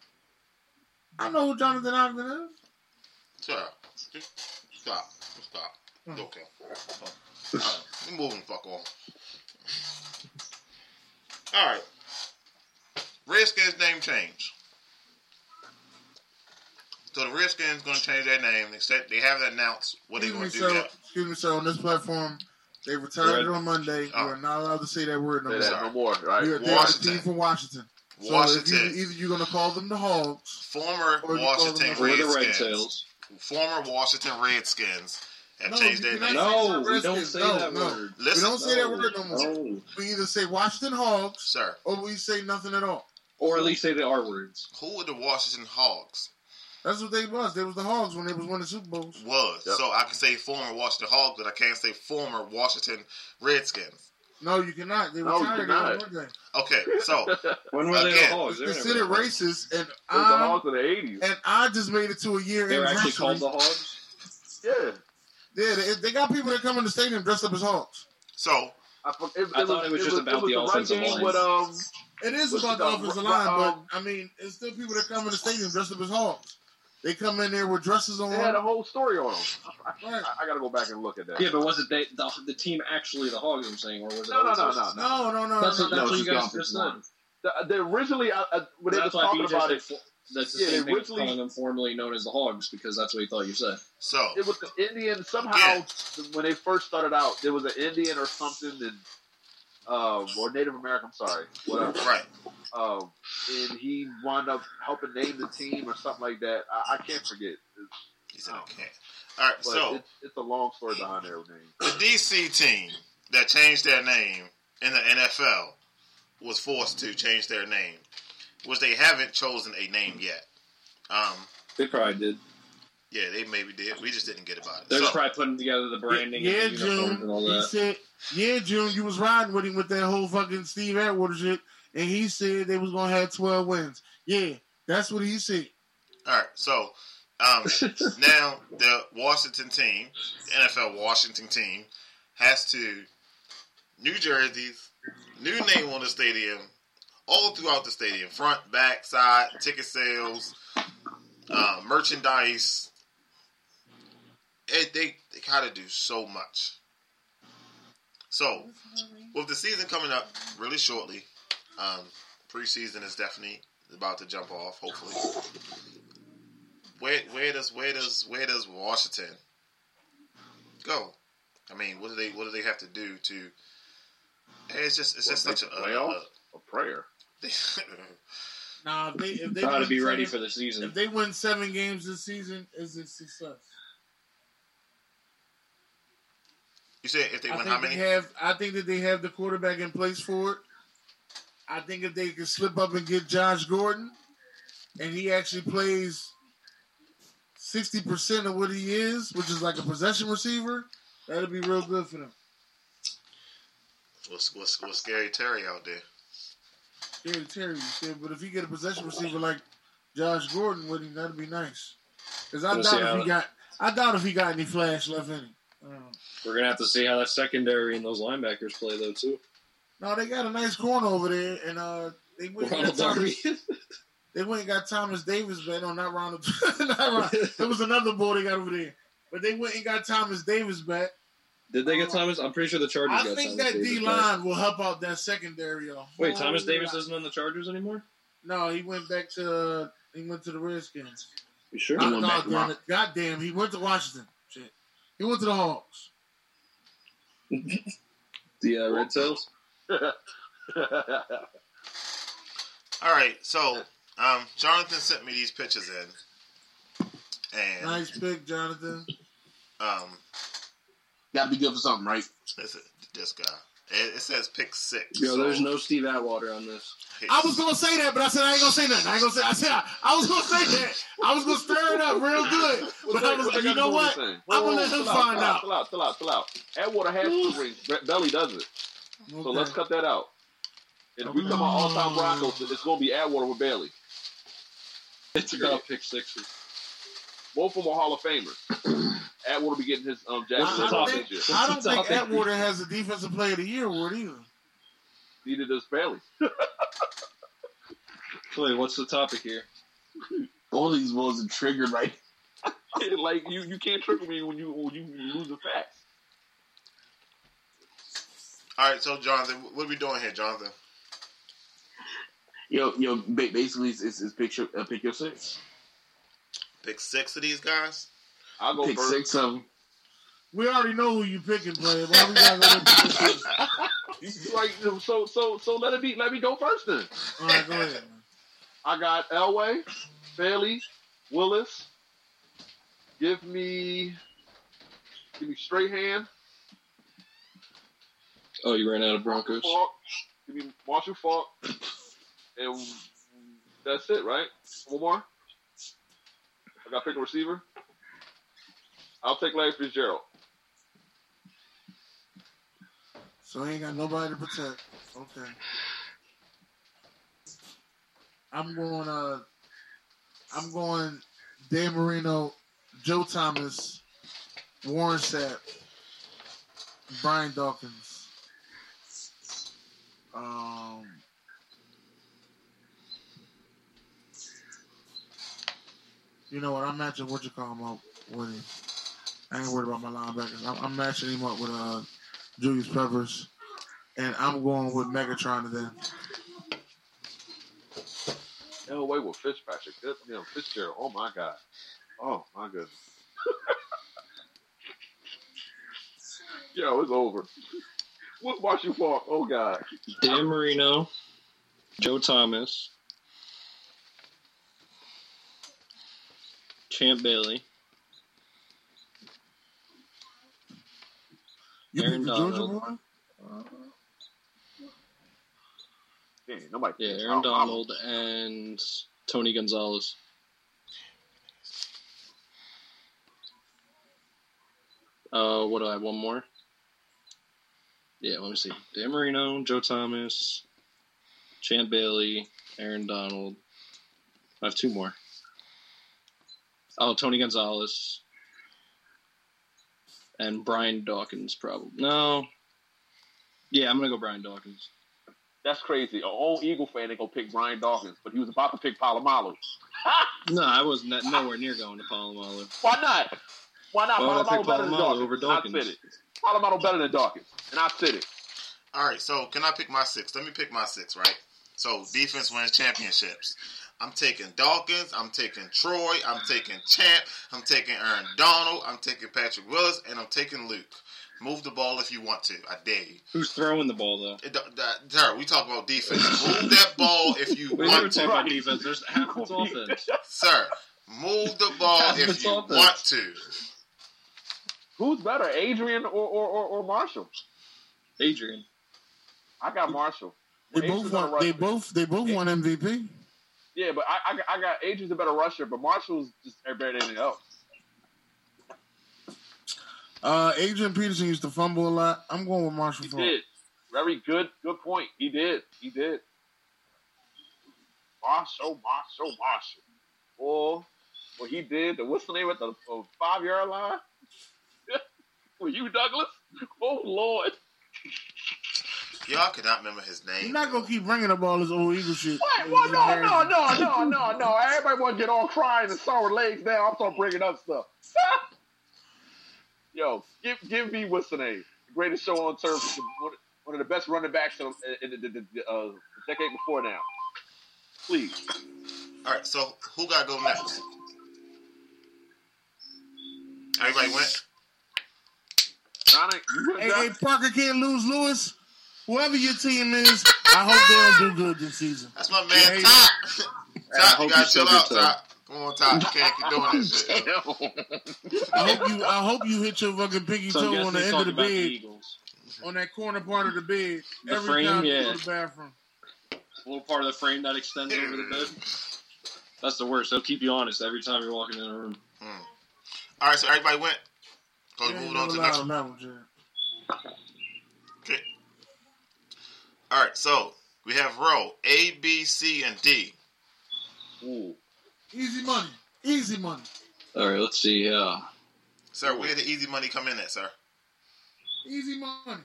S2: I know who Jonathan Ogden is.
S1: Sure. Just stop. Just stop. It's okay. Alright, we moving fuck on. Alright. Redskins name change. So the Redskins gonna change their name, except they haven't announced what they're
S2: Excuse me,
S1: gonna do
S2: sir.
S1: yet.
S2: Excuse me, sir. On this platform, they retired
S3: Red-
S2: it on Monday.
S1: Oh.
S2: You are not allowed to say that word no more.
S3: Say that no more. Right?
S2: You're they're a
S1: Washington.
S2: team from Washington. So
S1: Washington.
S2: If you, either you're going to call them the Hogs.
S1: Former
S2: Or you call
S1: Washington
S2: them
S4: Or the
S1: Redskins.
S4: Red Tails.
S1: Former Washington Redskins have
S2: No,
S1: changed
S2: you
S1: their name.
S2: cannot
S4: No, we don't say that word.
S2: We
S1: Listen,
S2: don't say that word no more.
S3: Oh.
S4: No.
S2: We either say Washington Hogs
S1: sir.
S2: or we say nothing at all.
S4: Or at least say the R words.
S1: Who were the Washington Hogs?
S2: That's what they was. They was the Hogs when they was winning Super Bowls.
S1: Was
S3: Yep.
S1: so I can say former Washington Hawks, but I can't say former Washington Redskins.
S2: No, you cannot. They
S3: No, you
S2: retired it
S3: cannot.
S2: on Monday.
S1: Okay, so
S4: When were they the
S1: Again,
S2: It's
S4: Hogs? They were never
S2: considered
S4: the Hogs.
S2: racist, and
S3: It was the
S2: I
S3: Hogs in the '80s.
S2: Um, and I just made it to a year
S4: They were actually
S2: anniversary.
S4: called the Hogs.
S3: Yeah.
S2: Yeah, they, they got people that come in the stadium dressed up as Hogs.
S1: so
S3: I, fu- it,
S4: I thought it was just about the offensive
S3: run game
S4: line.
S3: With, um,
S2: It is
S3: What's
S2: about the
S3: the-
S2: offensive
S3: um,
S2: line,
S3: um,
S2: but I mean, it's still people that come in the stadium dressed up as Hogs. They come in there with dresses on.
S3: they had a whole story on them.
S2: Right.
S3: I, I got to go back and look at that.
S4: Yeah, but was it they, the the team actually the Hogs? I'm saying, or was it?
S3: No, no, no, no,
S2: No, no, no,
S4: That's
S2: no.
S4: what, that's
S5: No,
S4: what you
S5: just
S4: guys
S5: the
S4: just said.
S5: offensive
S3: The, the originally, I, I, when they was
S4: That's why
S3: talking
S4: BJ
S3: about
S4: said
S3: it,
S4: fo- That's the
S3: Yeah,
S4: same thing as
S3: originally-
S4: calling them formerly known as the Hogs because that's what he thought you said.
S1: so
S3: it was an Indian. Somehow,
S1: Yeah.
S3: when they first started out, there was an Indian or something, and um, or Native American. I'm sorry, whatever.
S1: right.
S3: Um, and he wound up helping name the team or something like that. I, I can't forget. It's-
S1: He said I can't. All right,
S3: but
S1: so
S3: it's, it's a long story behind their name.
S1: the DC team that changed their name in the NFL was forced to change their name, which they haven't chosen a name yet. Um,
S4: They probably did.
S1: yeah, they maybe did. We just didn't get about it.
S4: They're
S1: so,
S4: just probably putting together the branding
S2: yeah,
S4: and the uniforms
S2: June.
S4: and all
S2: He
S4: that.
S2: said, "Yeah, June, you was riding with him with that whole fucking Steve Atwater shit, and he said they was gonna have twelve wins. Yeah, that's what he said.
S1: All right, so um, now the Washington team, the NFL Washington team, has to new jerseys, new name on the stadium, all throughout the stadium, front, back, side, ticket sales, uh, merchandise. It, they they gotta do so much. So with the season coming up really shortly, um, preseason is definitely about to jump off. Hopefully where where does where does where does Washington go? I mean, what do they what do they have to do to? It's just it's just
S3: Well,
S1: such a,
S3: make
S1: a, a-
S3: A prayer.
S2: Nah, if they if they
S4: Got to
S2: win
S4: be ready for
S2: seven,
S4: the season.
S2: if they win seven games this season, is a success.
S1: you said if they
S2: I
S1: win
S2: think
S1: how many?
S2: they have. I think that they have the quarterback in place for it. I think if they can slip up and get Josh Gordon, and he actually plays sixty percent of what he is, which is like a possession receiver, that'll be real good for them.
S1: What's what's what's Gary Terry out there?
S2: Gary Terry, you said, but if he get a possession receiver like Josh Gordon with him, that'd be nice. Because I
S4: We'll see
S2: doubt
S4: how
S2: if
S4: it-
S2: he got, I doubt if he got any flash left in him. Um,
S4: We're gonna have to see how that secondary and those linebackers play though too.
S2: no, they got a nice corner over there, and uh, they went and got
S4: Ronald
S2: Thomas,
S4: Darby.
S2: they went and got Thomas Davis back. No, not Ronald. not Ronald. There was another ball they got over there, but they went and got Thomas Davis back.
S4: Did they get Thomas? I'm pretty sure the Chargers
S2: Oh. I
S4: got
S2: think that
S4: Thomas Davis
S2: D
S4: back.
S2: line uh, will help out that secondary. A
S4: Wait,
S2: whole
S4: Thomas Davis
S2: lot.
S4: isn't on the Chargers anymore?
S2: No, he went back to uh, he went to the Redskins.
S4: You sure?
S2: I,
S5: went
S2: no,
S5: back to
S2: damn
S5: Wa-
S2: it. God damn, he went to Washington. Shit. He went to the Hawks.
S4: The uh, Red Tails?
S1: All right, so um, Jonathan sent me these pictures in, and
S2: Nice pick, Jonathan.
S1: um,
S5: Gotta be good for something, right?
S1: this, this guy. It, it says pick six.
S4: Yo,
S1: so
S4: there's no Steve Atwater on this.
S2: I was gonna say that, but I said I ain't gonna say nothing. I ain't gonna say. I said I, I was gonna say that. I was gonna stir it up real good, but I was like, you know what?
S3: I'm
S2: I'm gonna let him find out.
S3: Chill out, chill out, chill out. Atwater has two rings. Be- Belly doesn't. So let's cut that out. And if we come on all time Broncos, it's going to be Atwater with Bailey.
S4: It's about pick sixes.
S3: Both of them are Hall of Famers. Atwater be getting his um,
S2: I,
S3: Jackson
S2: I don't
S3: Hole this
S2: think,
S3: year.
S2: I don't think Atwater has a defensive player of the year award either.
S3: Neither does Bailey.
S4: Clay, what's the topic here?
S5: All these wolves are triggered, right?
S3: like you, you can't trick me when you when you lose the facts.
S1: All right, so Jonathan, what are we doing here, Jonathan?
S5: Yo, yo, ba- basically, it's, it's, it's picture, uh, pick your six.
S1: Pick six of these guys.
S3: I'll go
S5: Pick
S3: first.
S5: six of them.
S2: We already know who you picking, player. Why we gotta let him pick his-
S3: You- Like so, so, so let it be. Let me go first then.
S2: All right, go ahead. man.
S3: I got Elway, Bailey, Willis. Give me, give me Strahan,
S4: Oh, you ran out of Broncos.
S3: Falk. Give me Marshall Falk, and that's it, right? One more. I got to pick a receiver. I'll take Larry Fitzgerald.
S2: So he ain't got nobody to protect. Okay. I'm going. Uh, I'm going. Dan Marino, Joe Thomas, Warren Sapp, Brian Dawkins. Um. You know what? I'm matching what you call him up with him. I ain't worried about my linebackers. I'm, I'm matching him up with uh Julius Peppers, and I'm going with Megatron today.
S3: Elway with Fitzpatrick. Good, you know, Fitzgerald. Oh my god. Oh my goodness. Yo, it's over. What Marshall Falk? Oh god.
S4: Dan Marino, Joe Thomas, Champ Bailey.
S2: You
S4: Aaron
S2: picked the Georgia
S4: Donald.
S2: boy?
S3: Damn, nobody.
S4: Yeah, Aaron Donald and Tony Gonzalez. Uh, what do I have? One more? Yeah, let me see. Dan Marino, Joe Thomas, Chan Bailey, Aaron Donald. I have two more. Oh, Tony Gonzalez. And Brian Dawkins, probably. No. Yeah, I'm going to go Brian Dawkins.
S3: That's crazy. An old Eagle fan ain't gonna pick Brian Dawkins, but he was about to pick Palomalu.
S4: No, I was not, nowhere near going to Palomalu.
S3: Why not? Why not?
S4: Why would I
S3: Palomalu
S4: pick
S3: better than
S4: Palomalu
S3: Dawkins.
S4: over
S3: And
S4: Dawkins?
S3: I said it. Palomalu better than Dawkins, and I said it.
S1: All right, so can I pick my six? Let me pick my six, right? So defense wins championships. I'm taking Dawkins. I'm taking Troy. I'm taking Champ. I'm taking Aaron Donald. I'm taking Patrick Willis, and I'm taking Luke. Move the ball if you want to. I dare you.
S4: Who's throwing the ball though?
S1: It, don't- that- Tara, we talk about defense. Move that ball if you
S4: We never
S1: want
S4: talk
S1: to,
S4: about defense. There's half of offense.
S1: sir. Move the ball if
S4: That's
S1: you
S4: offense.
S1: want to.
S3: Who's better, Adrian or or, or, or Marshall?
S4: Adrian.
S3: I got Marshall.
S2: They
S3: Adrian's
S2: both
S3: gonna
S2: won.
S3: rush
S2: They
S3: it.
S2: both. They both won MVP.
S3: Yeah, but I, I, got- I got Adrian's a better rusher, but Marshall's just better than anything else.
S2: Uh, Adrian Peterson used to fumble a lot. I'm going with Marshall
S3: He
S2: Falk.
S3: did. Very good. Good point. He did. He did. Marshall, Marshall, Marshall. Or what he did, the what's the name at the five yard line? Were you Douglas? Oh Lord.
S1: Y'all cannot remember his name.
S2: You're not gonna keep bringing up all this old Eagle shit.
S3: What? Well, no, no, no, no, no, no. Everybody want to get all crying and sore legs now. I'm start bringing up stuff. Yo, give give me what's the name? The greatest show on turf. One, one of the best running backs in, in, the, the, the, uh, the decade before now. Please.
S1: All right, so who gotta go next? Everybody went.
S3: Donna, you
S2: Hey, hey, Parker can't lose Lewis. whoever your team is, I hope they don't do good this season.
S1: That's my man, Top. Top, you gotta chill out, Top. Come on, Top. You can't keep doing that shit.
S2: I hope you, I hope you hit your fucking pinky
S4: So I
S2: toe
S4: guess
S2: on
S4: they
S2: the end of
S4: talk
S2: the
S4: about the
S2: bed,
S4: Eagles.
S2: on that corner part of the bed,
S4: The
S2: every
S4: frame,
S2: time you
S4: yeah.
S2: go to the bathroom.
S4: A little part of the frame that extends over the bed. That's the worst. They'll keep you honest every time you're walking in a room.
S1: All right, so everybody went. So we
S2: You ain't
S1: moving on
S2: never
S1: to the
S2: lied
S1: next
S2: on
S1: one.
S2: that one, Jared.
S1: Okay. All right, so we have row A, B, C, and D.
S4: Ooh.
S2: Easy money. Easy money.
S4: All right, let's see. Uh,
S1: Sir, where did easy money come in at, sir?
S2: Easy money.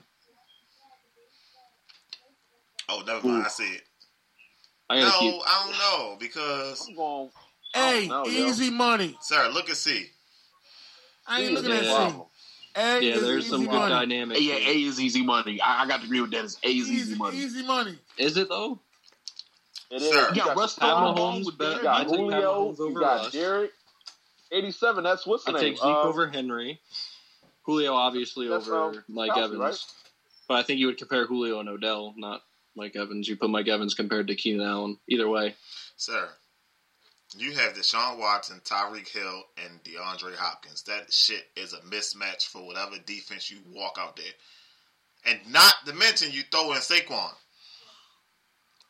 S1: Oh, never mind. I see it.
S4: I
S1: No,
S4: gotta keep.
S1: I don't know because,
S3: I'm going.
S2: Hey,
S3: Oh, no, yo.
S2: easy money.
S1: sir, look at C.
S2: I ain't looking
S4: Yeah.
S2: at you. Hey,
S4: Yeah, there's some good
S2: money.
S4: dynamic.
S5: Yeah, A is easy money. I, I got to agree with that. It's A is easy,
S2: Easy,
S5: money.
S2: easy money.
S4: Is it though?
S3: It is.
S1: Sir.
S3: You
S5: Yeah,
S3: got-
S5: Russ
S4: Pat
S5: Allen
S4: Mahomes
S5: with
S4: bet-
S5: Derrick
S3: You got
S4: I'd take Pat
S3: Julio.
S4: Mahomes
S3: You
S4: over
S3: got
S4: Russ.
S3: Derek. Eighty-seven. That's what's the
S4: I
S3: name?
S4: take Zeke
S3: Uh,
S4: over Henry. Julio obviously
S3: that's,
S4: over
S3: um,
S4: Mike
S3: Kelsey,
S4: Evans.
S3: right?
S4: But I think you would compare Julio and Odell, not Mike Evans. You put Mike Evans compared to Keenan Allen. Either way.
S1: Sir, you have Deshaun Watson, Tyreek Hill, and DeAndre Hopkins. That shit is a mismatch for whatever defense you walk out there. And not to mention, you throw in Saquon.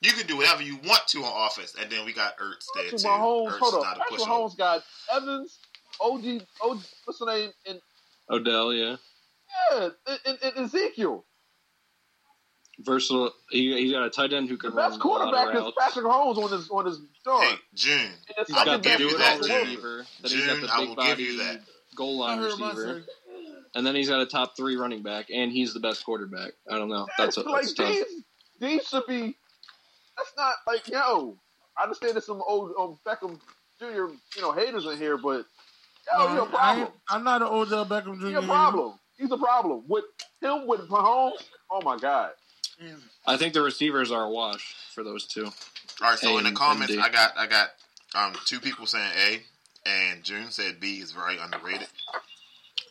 S1: You can do whatever you want to on offense. And then we got Ertz there, too.
S3: Patrick Mahomes.
S1: Ertz
S3: Hold
S1: is not
S3: up.
S1: a
S3: Patrick
S1: pushover.
S3: Mahomes got Evans, OG, OG what's the name, and
S4: Odell, yeah.
S3: yeah, and, and, and Ezekiel.
S4: Versatile. He, he's got a tight end who
S3: The
S4: can run
S3: best
S4: a lot of
S3: quarterback is
S4: routes.
S3: Patrick Mahomes on his on his star.
S1: Hey, June.
S3: It's
S4: He's
S1: I
S3: second
S1: will
S4: got the
S1: give
S3: best
S1: you
S4: dude
S1: that,
S4: all
S3: Mahomes.
S1: June.
S4: receiver. Then he's got
S1: June,
S4: the
S1: I
S4: big
S1: will give you
S4: body
S1: that.
S4: goal
S2: I
S4: line
S2: heard my
S4: receiver.
S2: say.
S4: And then he's got a top three running back, and he's the best quarterback. I don't know. That's,
S3: That's
S4: a,
S3: like
S4: that's tough.
S3: these these should be. That's not like yo. I understand there's some old um, Beckham Jr. You know haters in here, but yo,
S2: No,
S3: you're a
S2: Um, I
S3: problem.
S2: ain't- I'm not an Odell Beckham Jr.
S3: You're a problem. He's a problem with him with Mahomes. Oh my god.
S2: either.
S4: I think the receivers are a wash for those two.
S1: All right, so in the
S4: A and
S1: comments,
S4: D.
S1: I got I got um two people saying A, and June said B is very underrated.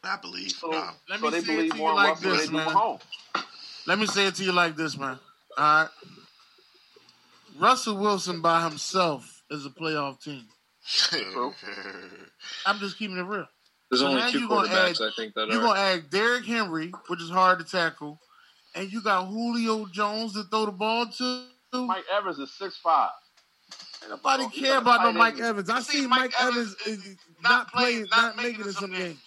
S1: I believe.
S3: So,
S1: Um,
S2: Let
S3: so
S2: me
S3: they
S2: say it
S3: believe
S2: to you
S3: Warren
S2: like
S3: Russell.
S2: this,
S3: they do
S2: man.
S3: Mahomes.
S2: Let me say it to you like this, man. All right. Russell Wilson by himself is a playoff team. I'm just keeping it real.
S4: There's
S2: So now
S4: only two
S2: you gonna
S4: quarterbacks
S2: add-
S4: I think that
S2: You're
S4: are.
S2: gonna add Derrick Henry, which is hard to tackle, and you got Julio Jones to throw the ball to.
S3: Mike Evans is six five.
S2: Nobody
S3: Oh, you
S2: care
S3: got a
S2: about no
S3: tight
S2: Mike
S3: end.
S2: Evans. I
S1: See,
S2: see Mike
S1: Mike
S2: Evans
S1: Evans
S2: is
S1: is
S2: not
S1: not playing-
S2: playing,
S1: not
S2: not making
S1: making
S2: it in
S1: it
S2: some
S1: some
S2: games.
S1: games.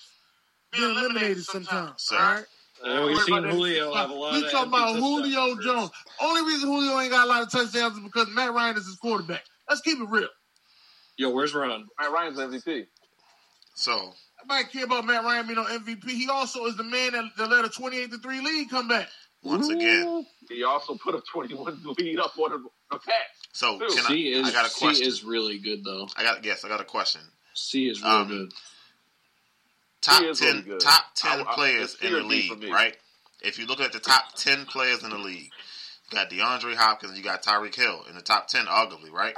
S2: Being eliminated sometimes.
S1: Sir.
S2: All right.
S4: Uh, we've
S3: What
S4: seen
S3: about
S4: Julio have a lot
S2: We
S4: of
S2: talking
S4: empty
S2: about
S4: touchdown
S2: Julio
S4: bursts.
S2: Jones. Only reason Julio ain't got a lot of touchdowns is because Matt Ryan is his quarterback. Let's keep it real.
S4: Yo, where's Ron?
S3: Matt Ryan's MVP.
S1: so
S2: Nobody care about Matt Ryan being on MVP. He also is the man that, that led a 28 to 3 lead come back.
S1: once again,
S3: He also put a twenty one lead up on the, the Pats.
S1: so
S3: Who?
S1: can I?
S4: C is
S1: I got a
S4: C
S1: question.
S4: is really good though.
S1: I got yes. I got a question.
S4: C is really
S1: Um,
S4: good.
S1: Top
S3: is
S1: ten,
S3: really good.
S1: top ten
S3: I- I-
S1: players
S3: it's C
S1: in the
S3: or D for
S1: league,
S3: me.
S1: right? If you look at the top ten players in the league, you got DeAndre Hopkins, you got Tyreek Hill in the top ten, arguably, right?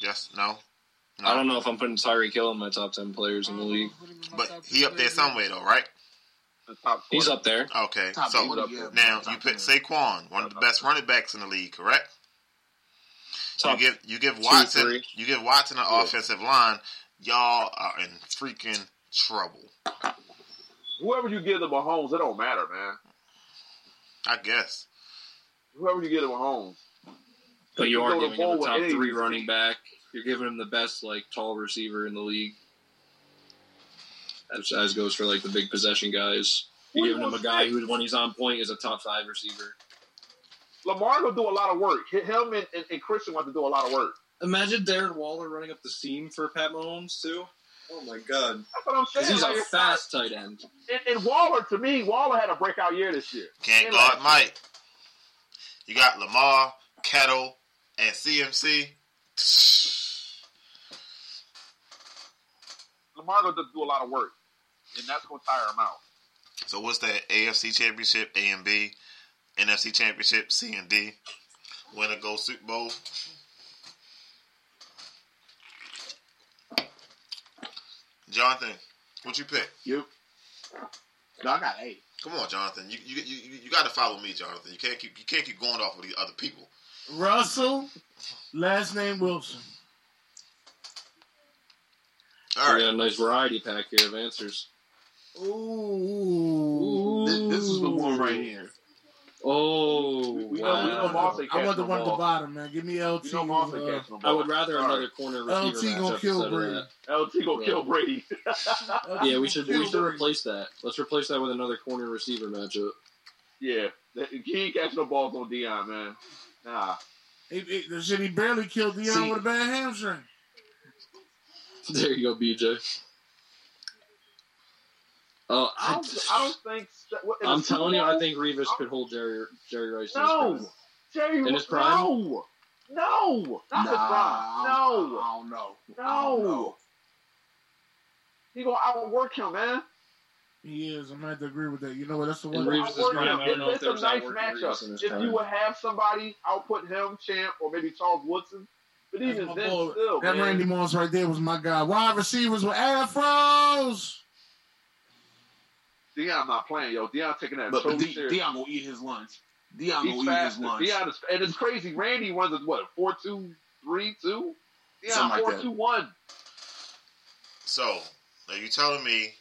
S1: Yes, no, no.
S4: I don't know if I'm putting Tyreek Hill in my top ten players in the league.
S1: But he up there somewhere though, right?
S3: The top
S4: He's
S3: 20.
S4: up there.
S1: Okay.
S5: Top
S1: so
S5: 20, yeah.
S1: now
S5: Top
S1: you put
S5: 20.
S1: Saquon, one of the best running backs in the league, correct?
S4: Top
S1: you give you give Watson
S4: three.
S1: you give Watson an
S3: Yeah.
S1: offensive line, y'all are in freaking trouble.
S3: Whoever you give to Mahomes, it don't matter, man.
S1: I guess.
S3: Whoever you give to Mahomes,
S4: but
S3: you
S4: you are
S3: go to
S4: giving him a
S3: bowl
S4: top
S3: with
S4: three
S3: eight.
S4: running back. You're giving him the best like tall receiver in the league. As, as goes for like the big possession guys. You're
S3: What
S4: giving him a
S3: was
S4: guy
S3: that?
S4: who, when he's on point, is a top five receiver.
S3: Lamar will do a lot of work. Him and, and, and Christian want to do a lot of work.
S4: Imagine Darren Waller running up the seam for Pat Mahomes too. Oh my god,
S3: That's what I'm saying.
S4: because he's a
S3: Like, it's not-
S4: fast tight end.
S3: And, and Waller, to me, Waller had a breakout year this year.
S1: Can't
S3: And
S1: guard
S3: like-
S1: Mike. You got Lamar, Kettle, and CMC.
S3: Lamar will do a lot of work, and that's going to tire him out.
S1: So what's that? AFC championship, A and B, NFC championship, C and D. Winner go Super Bowl. Jonathan, what you pick?
S5: Yep. No, I got A.
S1: Come on, Jonathan. You you you, you got to follow me, Jonathan. You can't keep you can't keep going off with these other people.
S2: Russell, last name Wilson.
S1: All
S4: We
S1: right.
S4: got a nice variety pack here of answers.
S2: Ooh.
S5: This, this is the one right here.
S4: Oh,
S3: We know, we know
S4: wow.
S3: Moss ain't
S2: I
S3: catching
S2: want the
S3: the
S2: one at the
S3: ball.
S2: bottom, man. Give me LT.
S3: We know Moss ain't
S2: uh,
S3: catching the
S4: I
S3: ball.
S4: would rather
S3: Sorry.
S4: another corner receiver
S2: LT gonna
S4: matchup
S2: kill
S4: instead of
S2: Brady.
S4: that.
S3: LT gonna kill Brady.
S4: Yeah, we should we should
S2: Brady.
S4: replace that. Let's replace that with another corner receiver matchup.
S3: yeah, that- he ain't catching the balls on Dion, man. Nah,
S2: He, he, shit, he barely killed Deion
S4: See-
S2: with a bad hamstring.
S4: There you go, BJ. Oh,
S3: I
S4: I,
S3: don't. I don't think. St- what, in
S4: am
S3: the Super
S4: telling you, I
S3: Bowl?
S4: think Revis could hold Jerry Jerry Rice. to his
S3: No,
S4: prime.
S3: Jerry.
S4: In his prime?
S3: no, no, not his prime.
S5: I don't-
S3: No,
S5: I don't know. I don't
S3: no.
S5: know.
S3: He gonna outwork him, man.
S2: He is. I'm gonna have to agree with that. You know what? That's the one.
S4: And Reeves is
S3: Outwork
S4: prime.
S3: him.
S4: I don't know if
S3: It's- it's
S4: there
S3: a
S4: was
S3: nice
S4: outworking Reeves in
S3: matchup.
S4: his
S3: If
S4: prime.
S3: you would have somebody output him, Champ, or maybe Charles Woodson, but
S2: That's
S3: even
S2: my
S3: then,
S2: boy.
S3: still,
S2: that
S3: man.
S2: Randy Moss right there was my guy. Wide receivers with afros.
S3: Deion not playing, yo. Deion taking that
S5: But,
S3: so
S5: but De-
S3: serious.
S5: Deion gonna eat his lunch. Deion
S3: He's
S5: gonna eat his
S3: fast.
S5: lunch.
S3: Deion is, and it's crazy. Randy runs at what four two three two.
S5: Something
S3: Deion
S5: like
S3: four
S5: that.
S3: two one.
S1: So, are you telling me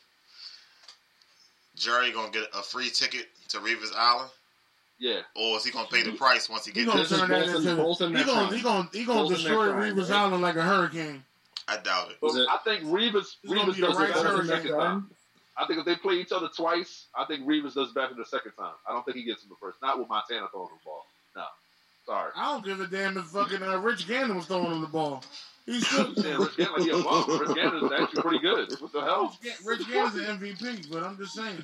S1: Jerry gonna get a free ticket to Revis Island,
S3: Yeah.
S1: or is he gonna pay
S3: Mm-hmm.
S1: the price once he
S2: He
S1: gets
S2: gonna
S1: there?
S4: This is
S2: turn that
S4: both in-
S2: into.
S4: both in
S2: he
S4: their
S2: gonna
S4: prime.
S2: he gonna he gonna
S4: Both in their
S2: destroy
S4: prime,
S2: Reeves
S4: right?
S2: Island like a hurricane.
S1: I doubt it.
S3: But
S4: Is it-
S3: I think Revis
S2: It's gonna
S3: Revis
S2: be the
S3: does
S2: right
S3: it better the
S2: turn,
S3: second
S2: man.
S3: time. I think if they play each other twice, I think Revis does better the second time. I don't think he gets him the first. Not with Montana throwing the ball. No. Sorry.
S2: I don't give a damn if fucking uh, Rich Gannon was throwing him the ball. He's still, Rich,
S3: Yeah, Rich Gannon, he a bum. Rich Gannon is actually pretty good. What the hell?
S2: Ga- Rich Gannon's an MVP, but I'm just saying.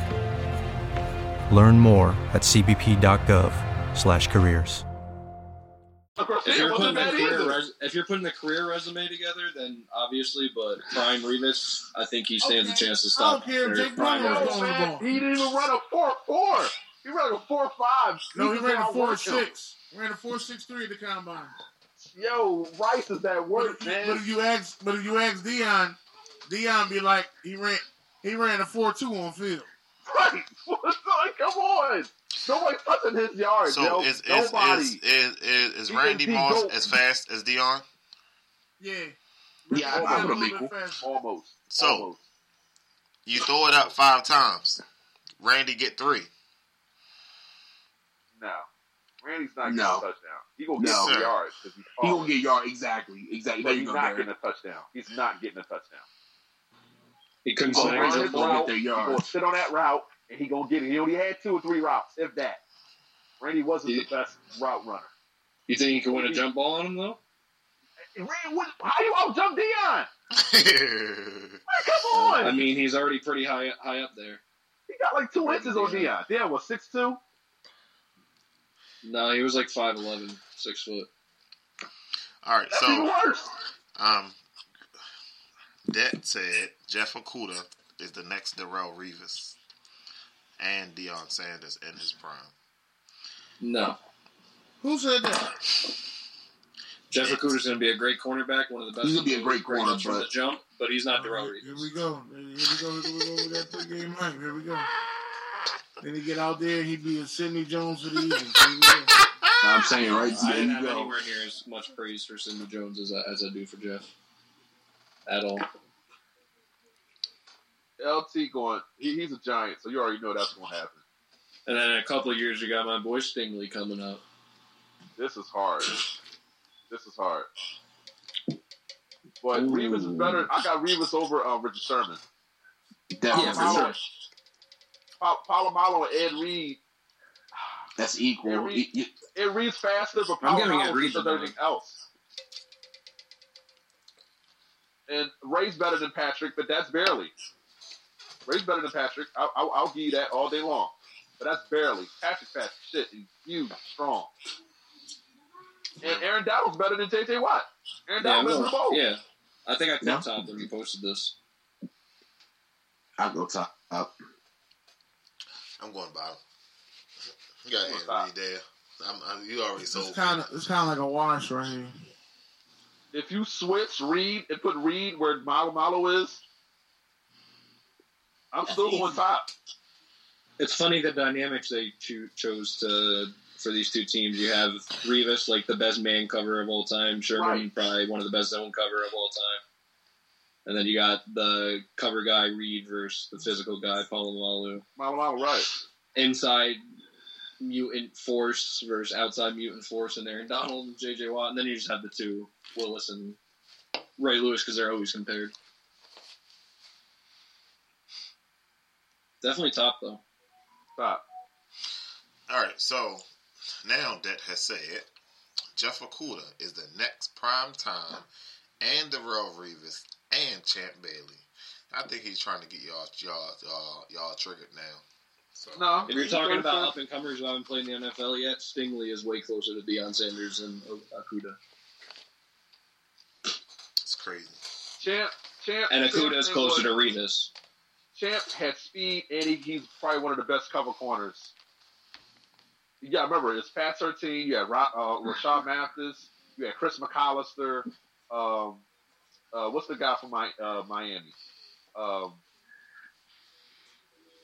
S6: Learn more at cbp.gov/careers.
S4: If
S3: Garcia
S4: you're, putting a
S3: wasn't bad
S4: career
S3: either.
S4: res- if you're putting a career resume together, then obviously, but prime Revis, I think he stands
S2: Okay.
S4: a chance to
S2: I
S4: stop.
S2: don't care if
S4: their
S2: Jake
S4: prime
S2: Brunner was
S4: Revis.
S3: No,
S2: throwing the
S3: man.
S2: ball.
S3: He didn't even run a four four. He ran a four five.
S2: No, he ran a four
S3: four
S2: six. Ran a four six three at the combine.
S3: Yo, Rice is that
S2: But,
S3: work,
S2: but
S3: man.
S2: if you ask, but if you ask Dion, Dion be like he ran he ran a four two on field.
S3: Right. like, come on. Nobody's touching his yard,
S1: So
S3: yo.
S1: is is
S3: Nobody.
S1: is is, is, is
S3: He
S1: Randy
S3: is the
S1: Moss
S3: GOAT.
S1: as fast as Dion?
S2: Yeah.
S5: Yeah, I- I
S2: Ran a
S5: would have
S2: little bit
S5: equal.
S2: faster.
S3: Almost.
S1: So-
S3: Almost.
S1: You throw it up five times, Randy get three.
S3: No. Randy's not
S5: No.
S3: getting a touchdown. He gonna
S5: No.
S3: get three yards because he's
S5: He
S3: tall.
S5: gonna get yard exactly, exactly. There
S3: but
S5: you
S3: he's
S5: go,
S3: not
S5: Derek.
S3: getting a touchdown. He's not getting a touchdown.
S4: He couldn't
S3: He's gonna
S5: Oh,
S4: snag
S5: Randy
S3: run
S4: the
S3: his
S4: ball.
S5: gonna get
S3: route.
S5: their
S3: He's gonna
S5: yards.
S3: sit on that route and he gonna get it. He only had two or three routes, if that. Randy wasn't the
S4: Yeah.
S3: best route runner.
S4: You think he could win a jump ball on him, though?
S3: Randy, what, how you out jump Dion? Come on.
S4: I mean, he's already pretty high high up there.
S3: he got like two inches on Dion. Dion was six two.
S4: No, he was like 5'11", 6 foot.
S1: All right,
S3: That's even
S1: so
S3: worse.
S1: um, that said, Jeff Okuda is the next Darrell Revis and Deion Sanders in his prime.
S4: No.
S2: Who said that?
S4: Jeff Okuda's going to be a great cornerback, one of the best.
S5: He's gonna be a great corner,
S4: from the
S5: but-
S4: jump, but he's not Darrell
S2: Here we
S4: Reeves.
S2: go. Here we go. Here we go with that pregame hype. Here we go. Then he get out there, he'd be a Sidney Jones for the Eagles. Here we go.
S5: I'm saying right
S4: I
S5: there
S4: didn't
S5: you
S4: have
S5: go.
S4: anywhere near as much praise for Sidney Jones as I, as I do for Jeff at all.
S3: LT going. He, he's a giant, so you already know that's gonna happen.
S4: And then in a couple of years, you got my boy Stingley coming up.
S3: This is hard. This is hard. But Revis is better. I got Revis over uh, Richard Sherman.
S5: Definitely.
S4: Yeah, for sure.
S3: Pa- Palomalo and Ed Reed.
S5: That's equal.
S3: Every-
S5: E- e-
S3: Ed Reed's faster, but
S4: I'm giving
S3: Palomalo
S4: Ed Reed
S3: does
S4: the
S3: everything else. And Ray's better than Patrick, but that's barely. Ray's better than Patrick. I, I, I'll give you that all day long. But that's barely. Patrick's fast as shit. He's huge, strong. And Aaron Donald's better than JJ Watt. Aaron
S4: Yeah, I
S3: Donald is the
S4: will.
S3: ball.
S4: yeah. I think I picked
S5: No.
S4: top when you posted this.
S5: I'll go top. Up.
S1: I'm going bottom. You got
S3: I'm going
S1: Anthony there. I'm, I'm, you already
S2: It's
S1: sold. me.
S2: kind of it's kind of like a wash right here.
S3: If you switch Reed and put Reed where Malo Malo is, I'm still going top.
S4: It's funny the dynamics they cho- chose to for these two teams. You have Revis, like the best man cover of all time. Sherman,
S3: Right.
S4: probably one of the best zone cover of all time. And then you got the cover guy Reed versus the physical guy Palomalu.
S3: Malo Malo, right.
S4: Inside mutant force versus outside mutant force, and Aaron Donald and J.J. Watt. And then you just have the two Willis and Ray Lewis because they're always compared. Definitely top though.
S3: Top.
S1: All right, so now that has said, Jeff Okuda is the next prime time and Darrell Reeves and Champ Bailey. I think he's trying to get y'all y'all y'all, y'all triggered now. So
S3: No.
S4: If you're talking about up and comers who haven't played in the NFL yet, Stingley is way closer to Deion Sanders than O- Akuda.
S1: it's crazy.
S3: Champ, Champ,
S4: And Akuda is
S3: Champ
S4: closer to
S3: was-
S4: Revis.
S3: Champ had speed, and he, he's probably one of the best cover corners. You got to remember, it's Pat 13. You had Ro- uh, Rashad Mathis. You had Chris McAllister. Um, uh, what's the guy from my, uh, Miami? Um,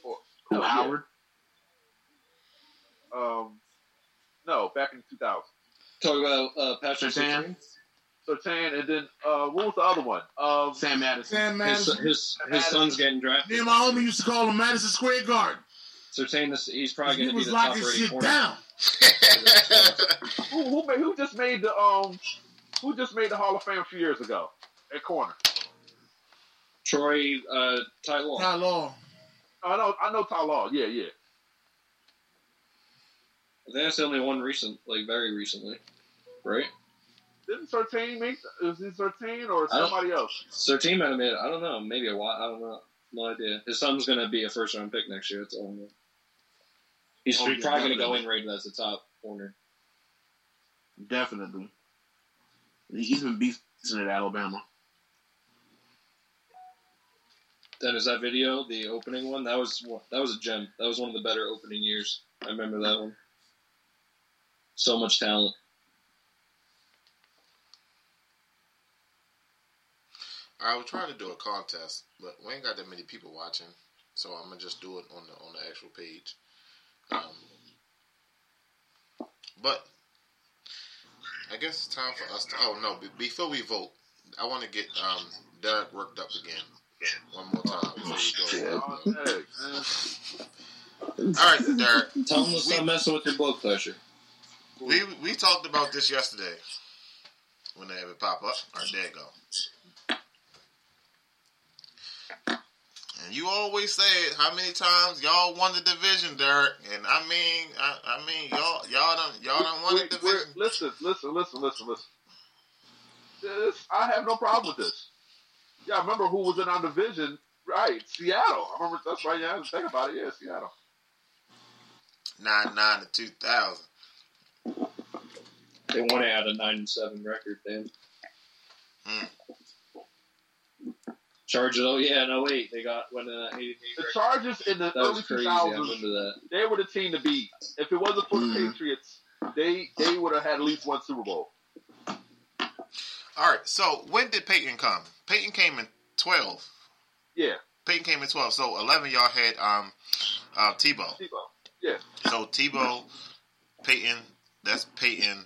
S3: or-
S5: Who,
S3: oh, yeah.
S5: Howard?
S3: Um, no, back in 2000.
S4: Talk about uh, Patrick
S5: Sertan?
S4: Sertan.
S3: Sertan, and then uh, what was the other one? Um,
S5: Sam Madison.
S2: Sam
S4: His,
S2: Madison.
S4: his, his son's getting
S2: Me
S4: drafted.
S2: and my homie used to call him Madison Square Garden.
S4: Sertan, is, he's probably
S2: He
S4: going to be
S2: was
S4: the top
S2: locking
S4: rated
S2: shit
S4: corner.
S2: down.
S3: who, who, made, who just made the um, who just made the Hall of Fame a few years ago at corner?
S4: Troy uh, Ty Law.
S2: Not long.
S3: I know, I know Ty Law. Yeah, yeah.
S4: I think that's the only one recent, like very recently, right?
S3: Didn't Sertain make? Is he Sertain or
S4: I don't-
S3: somebody else?
S4: Sertan might have made, I don't know, maybe a while. I don't know. No idea. His son's going to be a first round pick next year. That's all I know. He's
S5: Oh,
S4: probably
S5: yeah,
S4: going to go
S5: definitely.
S4: in rated as the top corner.
S5: Definitely. He's been beasting at Alabama.
S4: Then is that video the opening one? That was one- that was a gem. That was one of the better opening years. I remember that one. So much talent.
S1: I was trying to do a contest, but we ain't got that many people watching, so I'm gonna just do it on the on the actual page. Um, but I guess it's time for us to. Oh no! Be, before we vote, I want to get um, Derek worked up again one more time before we go.
S3: Oh, hey, man.
S1: All right, Derek.
S4: Tell him to stop messing with your blood pressure.
S1: We we talked about this yesterday when they have it pop up. All right, there you go. And you always said how many times y'all won the division, Derek. And I mean, I, I mean, y'all y'all don't y'all don't won
S3: We-
S1: the
S3: we're-
S1: division.
S3: listen, listen, listen, listen, listen. This, I have no problem with this. Yeah, I remember who was in our division, right? Seattle. I remember that's right. Yeah, I didn't think about it. Yeah, Seattle.
S1: Nine nine to two thousand.
S4: They won it at a nine and seven record then.
S1: Mm.
S4: Chargers, oh yeah, no eight. They got went an eight
S3: The
S4: record.
S3: Chargers in the
S4: That
S3: early
S4: was
S3: two
S4: crazy. I
S3: thousands,
S4: remember that. Mm-hmm.
S3: they were the team to beat. If it wasn't for the Patriots, they they would have had at least one Super Bowl.
S1: All right. So when did Peyton come? Peyton came in twelve.
S3: Yeah,
S1: Peyton came in twelve. So eleven y'all had um uh, Tebow.
S3: Tebow. Yeah,
S1: So Tebow, Peyton. That's Peyton.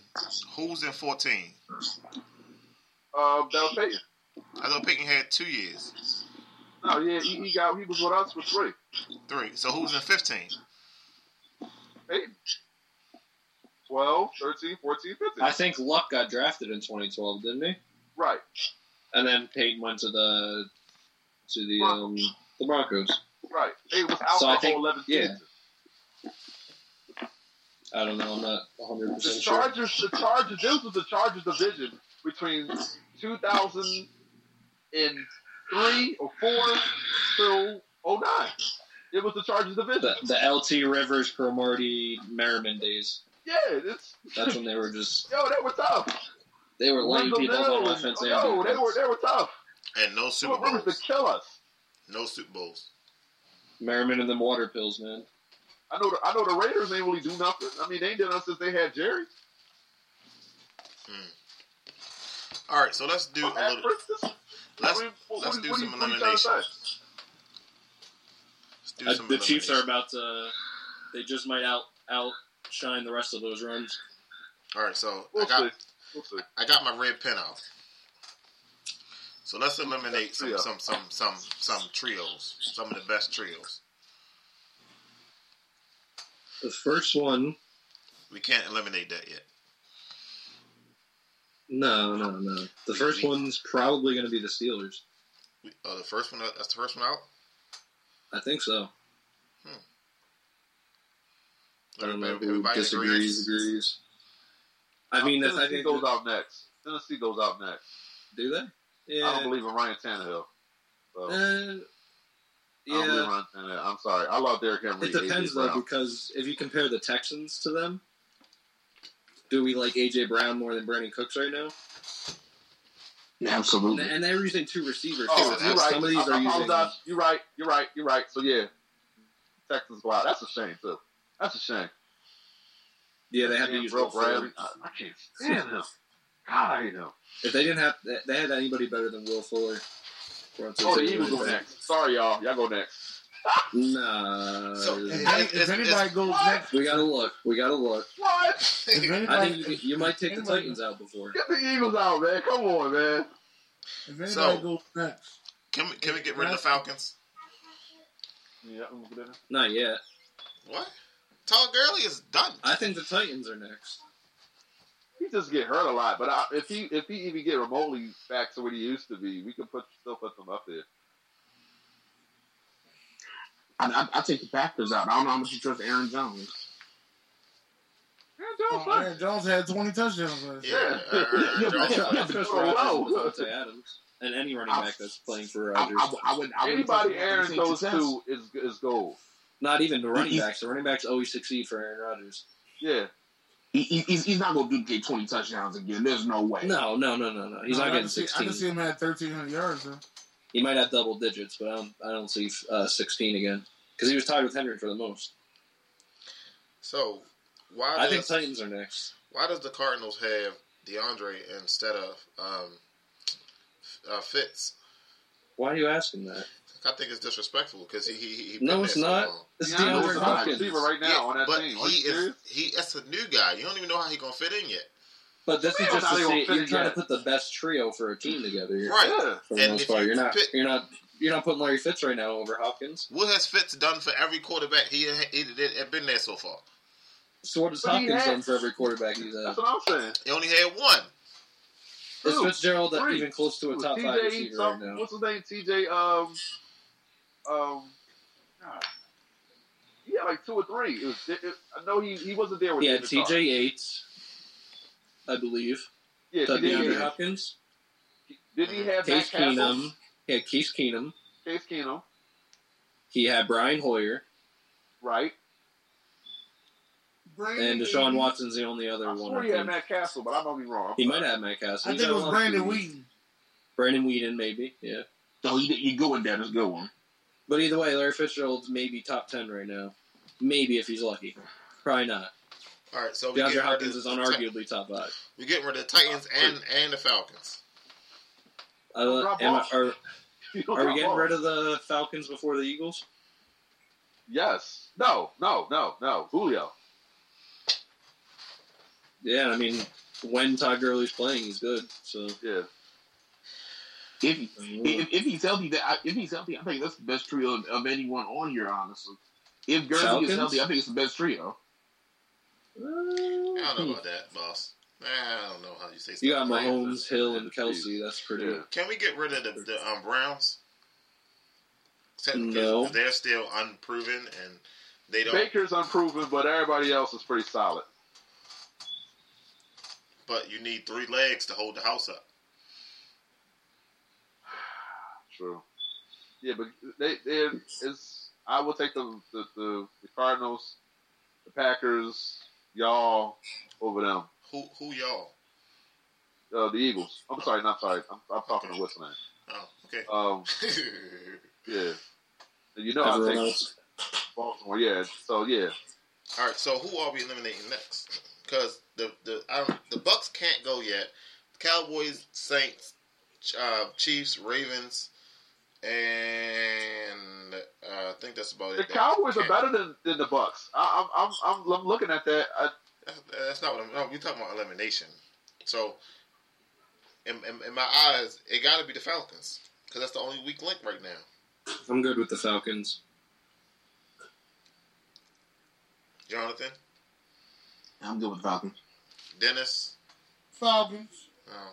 S1: Who's in fourteen?
S3: um, that was Peyton.
S1: I thought Peyton had two years,
S3: No, yeah, he, he got he was with us for three.
S1: three. So who's in fifteen?
S3: Peyton. 12, 13, 14, 15.
S4: I think Luck got drafted in 2012, didn't he?
S3: Right.
S4: And then Peyton went to the to the um, the Broncos.
S3: Right. They was out
S4: So
S3: the
S4: I think-
S3: whole 11
S4: yeah.
S3: season.
S4: I don't know. I'm not 100
S3: The
S4: percent sure.
S3: Chargers, the Chargers, this was the Chargers division between 2003 or 4 to 09. It was the Chargers division.
S4: The, the LT Rivers Cromartie Merriman days.
S3: Yeah, it's,
S4: That's when they were just
S3: yo, they were tough.
S4: they were laying
S3: Wendell
S4: people up
S3: Hill
S4: on
S3: and-
S4: offense. and
S3: Yo, Oh, they
S4: defense.
S3: were, they were tough.
S1: And no Super
S3: Stuart Rivers to
S1: Bowls.
S3: kill us.
S1: No Super Bowls.
S4: Merriman and them water pills, man.
S3: I know, the, I know the Raiders ain't really do nothing. I mean, they ain't done nothing since they had Jerry.
S1: All right, so let's do a
S3: At
S1: little.
S3: Christmas?
S1: Let's,
S3: I mean, what-
S1: let's
S3: what-
S1: do
S3: what
S1: some
S3: you- what you trying to
S1: elimination.
S3: say?
S1: Let's do
S4: Uh,
S1: some
S4: the Chiefs are
S1: elimination.
S4: about to. They just might out outshine the rest of those runs.
S1: All right, so I
S3: We'll see.
S1: got
S3: We'll see.
S1: I got my red pen out. So let's eliminate some
S3: Yeah.
S1: some some some some trios. Some of the best trios.
S4: The first one,
S1: We can't eliminate that yet.
S4: no, no, no. The first one's probably going to be the Steelers.
S1: We, oh, the first one. That's the first one out.
S4: I think so. I don't know
S1: Everybody,
S4: who
S1: everybody
S4: disagrees,
S1: agrees.
S4: agrees. I mean, that's, I
S3: Tennessee
S4: think
S3: goes out next. Tennessee goes out next.
S4: do they? Yeah.
S3: I don't believe in Ryan Tannehill. So,
S4: Uh,
S3: I don't believe in
S4: yeah.
S3: Ryan Tannehill. I'm sorry. I love Derrick Henry.
S4: It depends
S3: AJ
S4: though,
S3: Brown.
S4: because if you compare the Texans to them, do we like AJ Brown more than Brandon Cooks right now? And,
S5: Absolutely.
S4: and they're using two receivers. too.
S3: Hmm. Oh,
S4: It's
S3: you're
S4: like
S3: right.
S4: Some of these
S3: I,
S4: are
S3: I
S4: using.
S3: apologize. You're right. You're right. You're right. So yeah, Texans go out. That's a shame too. That's a shame.
S4: Yeah, they have to
S3: Man,
S4: use
S3: Will
S4: both of them.
S3: Bradley. I, I can't stand him. God, I hate him.
S4: If they didn't have, they had anybody better than Will Fuller.
S3: Oh, the Eagles go next. Sorry, y'all. Y'all go next.
S4: Nah.
S1: So-
S2: If,
S1: Yeah,
S2: any-
S1: it's-
S2: if anybody
S1: it's-
S2: goes next,
S4: we gotta look. We gotta look.
S3: What?
S2: if
S4: I
S2: anybody,
S4: think you, you might take the Titans out before.
S3: Get the Eagles out, man. Come on, man.
S2: if anybody
S1: So-
S2: goes next,
S1: Can we can we get rid of the Falcons?
S3: Yeah, I'm gonna put
S4: Not yet.
S1: What? Todd Gurley is done.
S4: I think the Titans are next.
S3: he just get hurt a lot. But I, if he if he even get remotely back to what he used to be, we can put still put them up there.
S5: I, I, I take the Packers out. I don't know how much you trust Aaron Jones.
S2: oh, Aaron Jones had 20 touchdowns. last year.
S1: Yeah. Aaron
S4: I
S1: Jones
S4: trust, I
S1: played.
S4: trust
S3: Oh, wow.
S4: Rodgers and Devontae Adams and any running back that's playing for
S5: I,
S4: Rodgers.
S5: I, I would. I would
S3: Anybody
S5: take the Packers
S3: Aaron goes
S5: success.
S3: to is is gold.
S4: Not even the running
S5: He-
S4: backs. The running backs always succeed for Aaron Rodgers.
S3: Yeah,
S5: He, he- he's, he's not going to get twenty touchdowns again. There's no way.
S4: No, no, no, no, no. He's
S2: No,
S4: not
S2: I can
S4: getting
S2: see- I can see
S4: 16.
S2: him had 1,300 yards, though.
S4: He might have double digits, but I don't, I don't see uh, 16 again because he was tied with Henry for the most.
S1: So why
S4: I
S1: does
S4: think Titans are next.
S1: why does the Cardinals have DeAndre instead of um, uh, Fitz?
S4: Why are you asking that?
S1: I think it's disrespectful because he he, he he
S4: No,
S1: been
S4: it's
S1: there so
S4: not.
S1: long.
S4: It's
S3: I know
S4: DeAndre
S3: it's not a
S4: Hopkins.
S3: receiver right now on that
S1: but
S3: team. Are
S1: he
S3: you serious?
S1: is he that's a new guy. You don't even know how he gonna fit in yet.
S4: But this is
S3: Man,
S4: just
S3: how
S4: to
S3: they gonna
S4: say
S3: fit
S4: you're
S3: it
S4: trying to
S3: yet?
S4: put the best trio for a team together. Here,
S1: Right.
S3: Yeah.
S4: For the
S1: And
S4: most
S1: if
S4: part,
S1: you
S4: you're not
S1: pick-
S4: you're not you're not putting Larry Fitz right now over Hopkins.
S1: What has Fitz done for every quarterback he had he had- had been there so far?
S4: So what has
S3: But he
S4: Hopkins
S3: has-
S4: done for every quarterback he's had?
S3: That's what I'm saying.
S1: He only had one.
S4: Is
S3: Two,
S4: Fitzgerald
S3: three.
S4: even close to a top
S3: TJ
S4: five receiver right
S3: something-
S4: now?
S3: What's his name? TJ. Um. Um. God. He had like two or three. It was. It, it, I know he, he wasn't there with.
S4: He had
S3: David Carr.
S4: TJ Yates, I believe.
S3: Yeah,
S4: That
S3: TJ.
S4: DeAndre
S3: Yates.
S4: Hopkins.
S3: Did he have
S4: Case
S3: Matt Castle?
S4: Keenum. He had Case Keenum.
S3: Case Keenum,
S4: He had Brian Hoyer.
S3: right?
S2: Brandon,
S4: And Deshaun Watson's the only other
S3: I
S4: one.
S3: swear
S4: I
S3: he had
S4: think.
S3: Matt Castle, but I might be wrong.
S4: He might have Matt
S2: I
S4: Castle.
S2: think it was Brandon Wheaton.
S4: Brandon Whedon, maybe. Yeah.
S5: So you, you go in there. That's a good one.
S4: But either way, Larry Fitzgerald's maybe top 10 right now. Maybe if he's lucky. Probably not.
S1: All right, so we
S4: DeAndre
S1: get rid of
S4: Hopkins is
S1: the
S4: unarguably top five.
S1: We're getting rid of the Titans and and the Falcons.
S4: I lo-
S3: Rob
S4: am I,
S3: Walsh.
S4: are, are we getting rid of the Falcons before the Eagles?
S3: Yes. No. No. No. No. Julio.
S4: Yeah, I mean, when Todd Gurley's playing, he's good. So
S3: Yeah.
S5: If he- if, if he's healthy, that I- if he's healthy, I think that's the best trio of, of anyone on here. Honestly, if Gurley
S4: Falcons?
S5: is healthy, I think it's the best trio.
S1: I don't know about that, boss. I don't know how you say stuff.
S4: You got
S1: like that.
S4: Mahomes, Hill, and Kelsey. That's pretty.
S3: Yeah.
S1: Can we get rid of the, the um, Browns? Technically,
S4: No.
S1: they're still unproven and they don't.
S3: Baker's unproven, but everybody else is pretty solid.
S1: But you need three legs to hold the house up.
S3: True. Yeah, but they, they it's I will take the the, the, the Cardinals, the Packers, y'all over them.
S1: Who who y'all?
S3: Uh, the Eagles. I'm sorry, not sorry. I'm, I'm talking to what's name.
S1: Oh, okay.
S3: Um, yeah. And you know I
S4: Everyone
S3: take
S4: else.
S3: Baltimore. Yeah. So yeah,
S1: All right. So who are we eliminating next? Because the the I don't, the Bucks can't go yet. Cowboys, Saints, Ch- uh, Chiefs, Ravens, and uh, I think that's about it.
S3: the
S1: That
S3: Cowboys are
S1: can't-
S3: better than, than the Bucks. I, I'm, I'm I'm I'm looking at that. I,
S1: That's, that's not what I'm. No, you're talking about elimination. So, in, in, in my eyes, it got to be the Falcons because that's the only weak link right now.
S4: I'm good with the Falcons.
S1: Jonathan,
S5: I'm good with Falcons.
S1: Dennis.
S2: Falcons.
S1: Oh.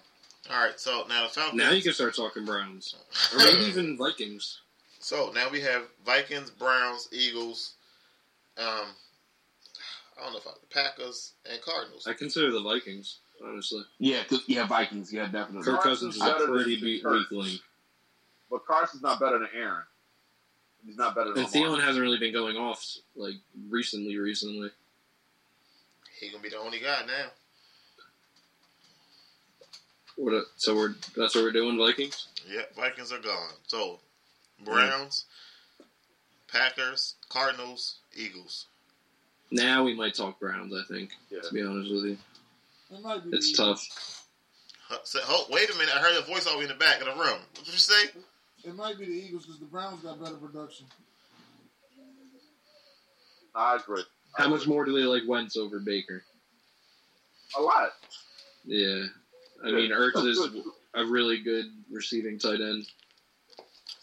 S1: All right. So now the Falcons.
S4: Now you can start talking Browns. Or maybe even Vikings.
S1: So now we have Vikings, Browns, Eagles. Um, I don't know if I, Packers and Cardinals.
S4: I consider the Vikings, honestly.
S5: Yeah, 'cause- yeah, Vikings. Yeah, definitely.
S4: Kirk Cousins is a
S3: better than
S4: pretty be- weak
S3: Kirk.
S4: link.
S3: but Carson's not better than Aaron. He's not better than
S4: And
S3: Lamar.
S4: Thielen hasn't really been going off like recently. Recently,
S1: He gonna be the only guy now.
S4: what? A, so we're that's what we're doing. Vikings.
S1: Yep, Vikings are gone. So
S4: Mm.
S1: Browns, Packers, Cardinals, Eagles.
S4: Now we might talk Browns. I think.
S3: Yeah.
S4: To be honest with you,
S2: It might be
S4: it's
S2: the-
S4: tough.
S1: Huh, say- Oh, wait a minute! I heard a voice all the way in the back of the room. What did you say?
S2: It might be the Eagles because the Browns got better production.
S3: I agree.
S4: How much more do they like Wentz over Baker?
S3: A lot.
S4: Yeah. I mean,
S3: Yeah.
S4: Ertz is a really good receiving tight end,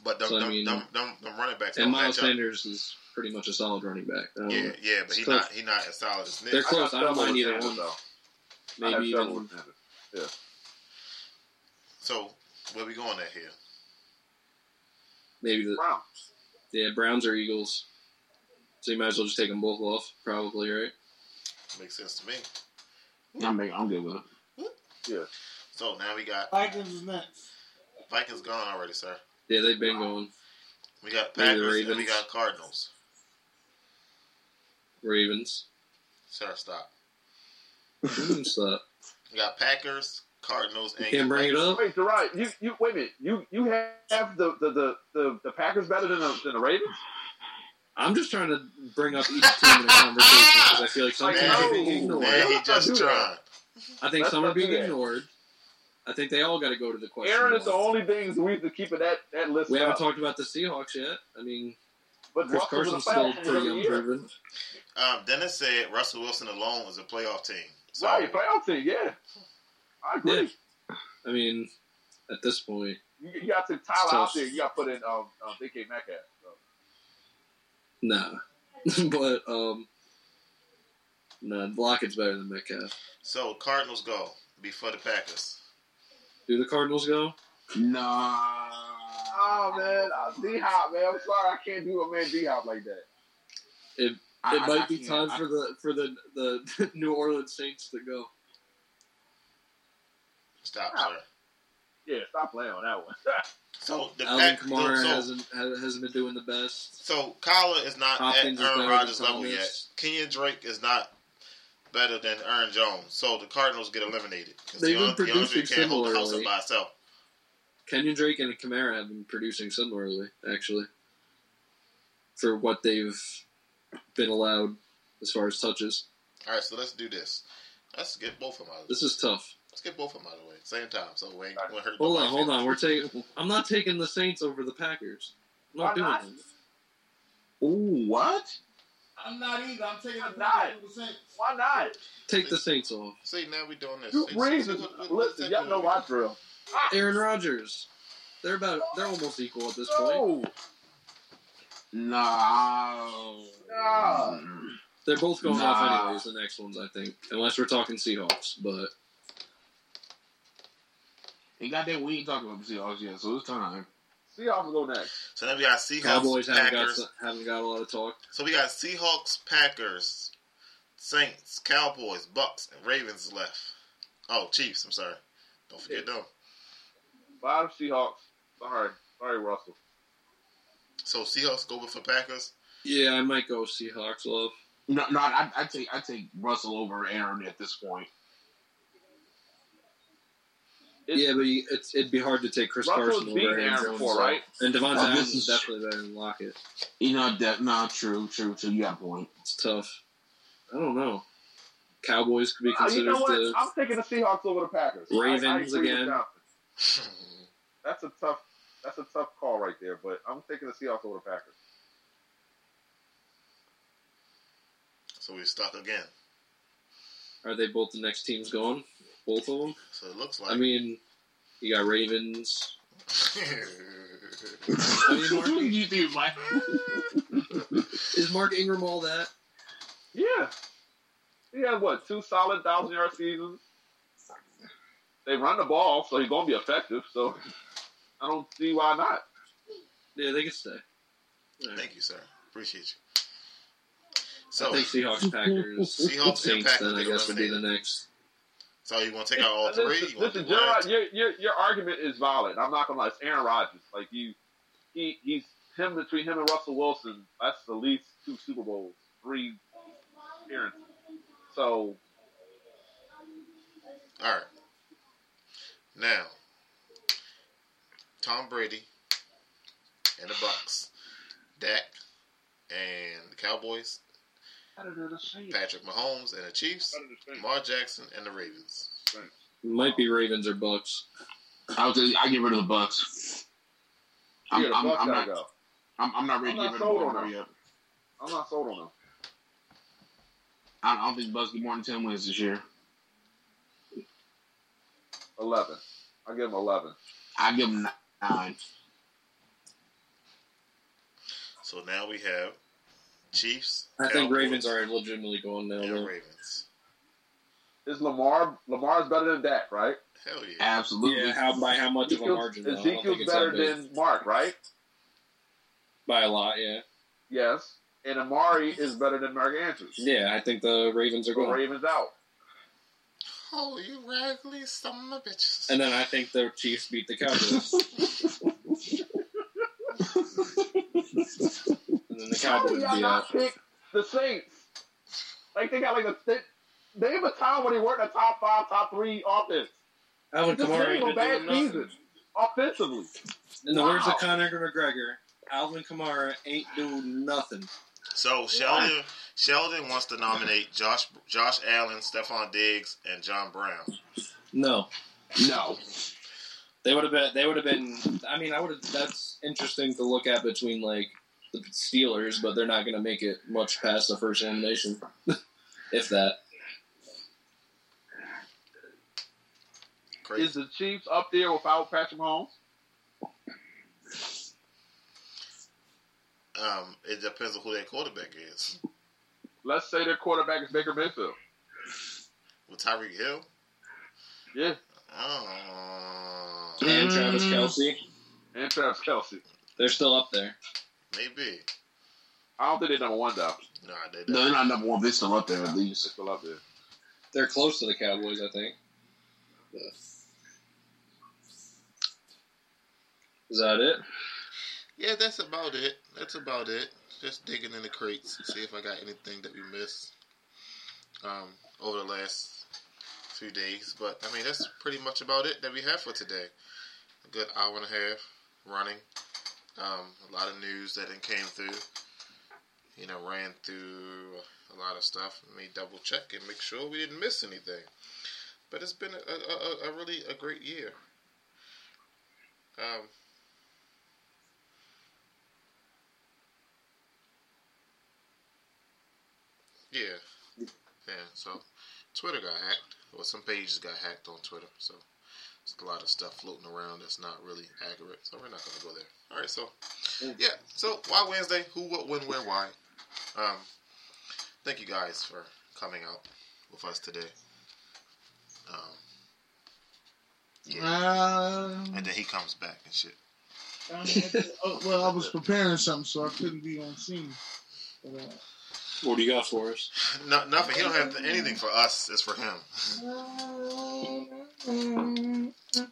S1: But them,
S4: So, I
S1: them,
S4: mean-
S1: them, them, them running backs
S4: and
S1: don't
S4: Miles
S1: match up.
S4: Sanders is pretty much a solid running back. Um, I don't
S1: Yeah,
S4: know.
S1: yeah, but he
S4: Close.
S1: not he not as solid as Nick.
S4: They're close. I don't
S3: Trouble
S4: mind
S3: with
S4: either one.
S3: Sanders, though. I have
S4: Maybe
S3: trouble
S4: even
S3: with Sanders.
S1: So where we going at here?
S4: maybe the
S3: Brown.
S4: yeah Browns or Eagles. So you might as well just take them both off, probably, right?
S1: Makes sense to me.
S5: I'm, I'm good with it.
S1: So now we got
S2: Vikings is next.
S1: Vikings gone already, sir.
S4: Yeah, they've been going
S1: We got
S4: Maybe the
S1: Packers and we
S4: Ravens.
S1: got Cardinals.
S4: Ravens.
S1: Sir, stop.
S4: Stop.
S1: We got Packers, Cardinals,
S4: You
S1: and
S4: can't bring it up.
S3: Wait, Gerard, you, you wait a minute. You you have the the, the, the, the Packers better than the, than the Ravens?
S4: I'm just trying to bring up each team in a conversation because I feel like some
S3: Like,
S4: teams are being
S3: no.
S4: ignored.
S1: Man, he
S3: Let's not
S1: just
S3: do
S1: trying.
S3: that.
S4: I think
S3: Let's
S4: some are
S3: not do
S4: being
S3: that.
S4: ignored. I think they all got to go to the question.
S3: Aaron is the
S4: mark.
S3: only things we have to keep in that, that list.
S4: We haven't
S3: up.
S4: talked about the Seahawks yet. I mean,
S3: But
S4: Chris
S3: Russell's in
S4: Carson's
S3: the
S4: still
S3: playoffs
S4: pretty
S3: every year.
S4: unproven.
S1: Um, Dennis said Russell Wilson alone is a playoff team. So
S3: Right, playoff team, yeah. I agree.
S4: Yeah. I mean, at this point,
S3: You, you got to take Tyler out
S4: Tough.
S3: there. You got to put in um, um, DK Metcalf. So.
S4: nah. but um, nah, Lockett's better than Metcalf.
S1: so Cardinals go before the Packers.
S4: Do the Cardinals go?
S5: Nah.
S3: Oh man, D Hop, man. I'm sorry, I can't do a man D Hop like that.
S4: It it
S5: I- I-
S4: might
S5: I
S4: be
S5: can't.
S4: time
S5: I-
S4: for the for the the New Orleans Saints to go.
S1: Stop,
S3: Wow.
S1: sir.
S3: Yeah, stop playing on that one.
S1: So the
S4: Alvin
S1: Pack,
S4: Kamara
S1: so,
S4: hasn't ha- hasn't been doing the best.
S1: so Kyler is not
S4: Hopkins
S1: at
S4: is
S1: Aaron
S4: better than
S1: Rodgers level yet.
S4: Thomas.
S1: Kenyon Drake is not better than Aaron Jones. So the Cardinals get eliminated because
S4: They've
S1: DeAndre
S4: been producing
S1: can't hold the house up
S4: similarly.
S1: by itself.
S4: Kenyon Drake and Kamara have been producing similarly, actually, for what they've been allowed as far as touches.
S1: All right, so let's do this. Let's get both of them out of the way.
S4: This is tough.
S1: Let's get both of them out of the way. Same time. So we ain't gonna hurt
S4: Hold on,
S1: nobody's
S4: hold on.
S1: feelings.
S4: We're taking. I'm not taking the Saints over the Packers. I'm not
S3: Why
S4: doing
S3: not?
S4: that.
S5: Ooh, what?
S2: I'm not either. I'm taking
S3: I'm
S2: the
S3: not.
S2: Packers. over the Saints.
S3: Why not?
S4: Take the Saints off.
S1: See, now we doing this.
S3: Drew
S1: See,
S3: Brees
S1: see
S3: is
S1: what- what- what
S3: listen.
S1: that
S3: Y'all
S1: doing
S3: know
S1: here?
S3: my drill.
S4: Aaron Rodgers. They're about. They're almost equal at this point.
S3: No,
S5: No.
S4: Mm-hmm.
S3: nah.
S4: They're both going
S3: Nah.
S4: off anyways. The next ones, I think, unless we're talking Seahawks. But
S5: And goddamn, we ain't talking about the Seahawks yet, so it's time.
S3: Seahawks go next.
S1: So then we got Seahawks,
S4: Cowboys haven't got,
S1: Packers.
S4: haven't got a lot of talk.
S1: So we got Seahawks, Packers, Saints, Cowboys, Bucks, and Ravens left. Oh, Chiefs. I'm sorry. Don't forget them.
S3: Five Seahawks. Sorry, sorry, Russell.
S1: So Seahawks go for Packers.
S4: Yeah, I might go Seahawks. Love.
S5: No, no, I, I take I take Russell over Aaron at this point.
S3: It's-
S4: yeah, but you, it's, it'd be hard to take Chris
S3: Russell's
S4: Carson
S3: beaten
S4: over Aaron
S3: Aaron
S4: Jones,
S3: before,
S4: though.
S3: right?
S4: And Devontae
S5: Now, this
S4: Adams
S5: is-
S4: is definitely better than Lockett.
S5: You know that? No, true, true, true. You got a point.
S4: It's tough. I don't know. Cowboys could be
S3: Uh, you
S4: considered
S3: know what?
S4: the.
S3: I'm taking the Seahawks over the Packers. I- I
S4: Ravens
S3: agree with
S4: again.
S3: Jonathan. That's a tough. That's a tough call right there. But I'm taking the Seahawks over the Packers.
S1: So we're stuck again.
S4: Are they both the next teams going? Both of them.
S1: So it looks like.
S4: I mean, you got Ravens. I mean, Mark,
S5: you do, Mike?
S4: is Mark Ingram all that?
S3: Yeah. He had what two solid thousand yard seasons. They run the ball, so he's gonna be effective. So I don't see why not.
S4: Yeah, they can stay. All right.
S1: Thank you, sir. Appreciate you.
S4: I
S1: So,
S4: think Seahawks, Packers,
S1: Oh. Seahawks and
S4: Saints.
S1: Packers
S4: then I
S1: get
S4: guess would be the
S1: eliminated.
S4: next.
S1: so you want to take out all three?
S3: Listen,
S1: You want to
S3: listen,
S1: do one?
S3: Gerard, your, your your argument is valid. I'm not gonna lie. It's Aaron Rodgers. Like you, he he's him between him and Russell Wilson. That's the least two Super Bowls, three appearances. So
S1: All right. Now, Tom Brady and the Bucks, Dak and the Cowboys, Patrick Mahomes and the Chiefs, Lamar Jackson and the Ravens.
S4: Might be Ravens or Bucks.
S5: I was. I get rid of the Bucks. I'm,
S3: yeah, the
S5: I'm,
S3: Bucks
S5: I'm
S3: gotta
S5: not.
S3: go.
S5: I'm, I'm not ready
S3: I'm
S5: to get
S3: not
S5: rid of
S3: sold
S5: Baltimore
S3: on
S5: yet.
S3: I'm not sold on him.
S5: I I don't think Bucks get more than ten wins this year.
S3: Eleven. I give him eleven.
S5: I give them nine.
S1: So now we have Chiefs.
S4: I think
S1: Cowboys,
S4: Ravens are legitimately going now.
S1: and
S4: though.
S1: Ravens.
S3: Is Lamar Lamar's better than Dak, right?
S1: Hell yeah.
S5: Absolutely.
S4: Yeah, how by how much of a
S3: Ezekiel's-
S4: margin? Though? I don't think
S3: Ezekiel's
S4: it's that
S3: better
S4: big.
S3: than Mark, right?
S4: by a lot. Yeah,
S3: Yes. And Amari is better than Mark Andrews.
S4: yeah. I think the Ravens are
S3: So
S4: going.
S3: Ravens out.
S1: Oh, you raggedy son of a bitches.
S4: And then I think the Chiefs beat the Cowboys. and then the
S3: How do
S4: Cowboys
S3: y'all
S4: beat
S3: not
S4: out.
S3: pick the Saints? Like they got like a they, name a time when they weren't a top five, top three offense.
S4: Alvin
S3: Just
S4: Kamara
S3: name a
S4: ain't
S3: bad
S4: doing
S3: season
S4: nothing.
S3: offensively.
S4: In the words of
S3: Wow.
S4: Conor McGregor, Alvin Kamara ain't doing nothing.
S1: So Sheldon Sheldon wants to nominate Josh Josh Allen, Stephon Diggs, and John Brown.
S4: No,
S5: No.
S4: they would have been. They would have been. I mean, I would have. That's interesting to look at between like the Steelers, but they're not going to make it much past the first elimination, if that.
S1: Crazy.
S3: Is the Chiefs up there without Patrick Mahomes?
S1: Um, it depends on who their quarterback is.
S3: Let's say their quarterback is Baker Mayfield.
S1: With Tyreek Hill, Um,
S3: Yeah.
S1: oh,
S4: And
S3: Mm.
S4: Travis Kelsey,
S3: And Travis Kelsey.
S4: they're still up there.
S1: maybe.
S3: I don't think they're number one though.
S1: Nah, they
S5: No, they're
S1: don't.
S5: not number one. They're still up there at
S3: They're
S5: least.
S3: still up there.
S4: They're close to the Cowboys, I think. Is that it?
S1: Yeah, that's about it. That's about it. Just digging in the crates, see if I got anything that we missed um, over the last few days. But I mean, that's pretty much about it that we have for today. A good hour and a half running. Um, a lot of news that then came through. You know, ran through a lot of stuff. Let me double check and make sure we didn't miss anything. But it's been a, a, a, a really a great year. Um, Yeah. Yeah, so Twitter got hacked. Well, some pages got hacked on Twitter, so there's a lot of stuff floating around that's not really accurate, so we're not going to go there. All right, so, yeah, so Why Wednesday? Who, what, when, where, why? Um, Thank you guys for coming out with us today. Um, yeah.
S2: Uh,
S1: And then he comes back and shit.
S2: oh, well, I was preparing something, so I couldn't be on scene. But, uh,
S4: What do you got for us?
S1: No, nothing. He don't have to, anything for us. It's for him.
S2: uh,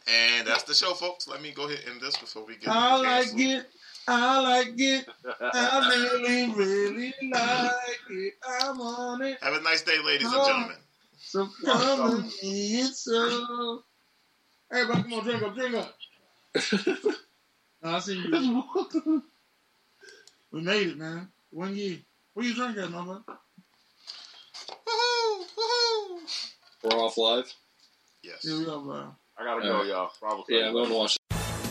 S1: and that's the show, folks. Let me go ahead and end this before we get
S2: I like
S1: canceled.
S2: it. I like it. I really, really like it. I'm on it.
S1: Have a nice day, ladies and
S2: Oh.
S1: gentlemen.
S2: So come and eat so. Everybody, come on, drink up, drink up. No, I see you. we made it, man. One year. What you drinking, mother?
S1: Woohoo! Woohoo!
S4: We're off live.
S1: Yes.
S2: Here we go, bro.
S3: I gotta go, y'all. Probably.
S4: Yeah, I'm going to watch.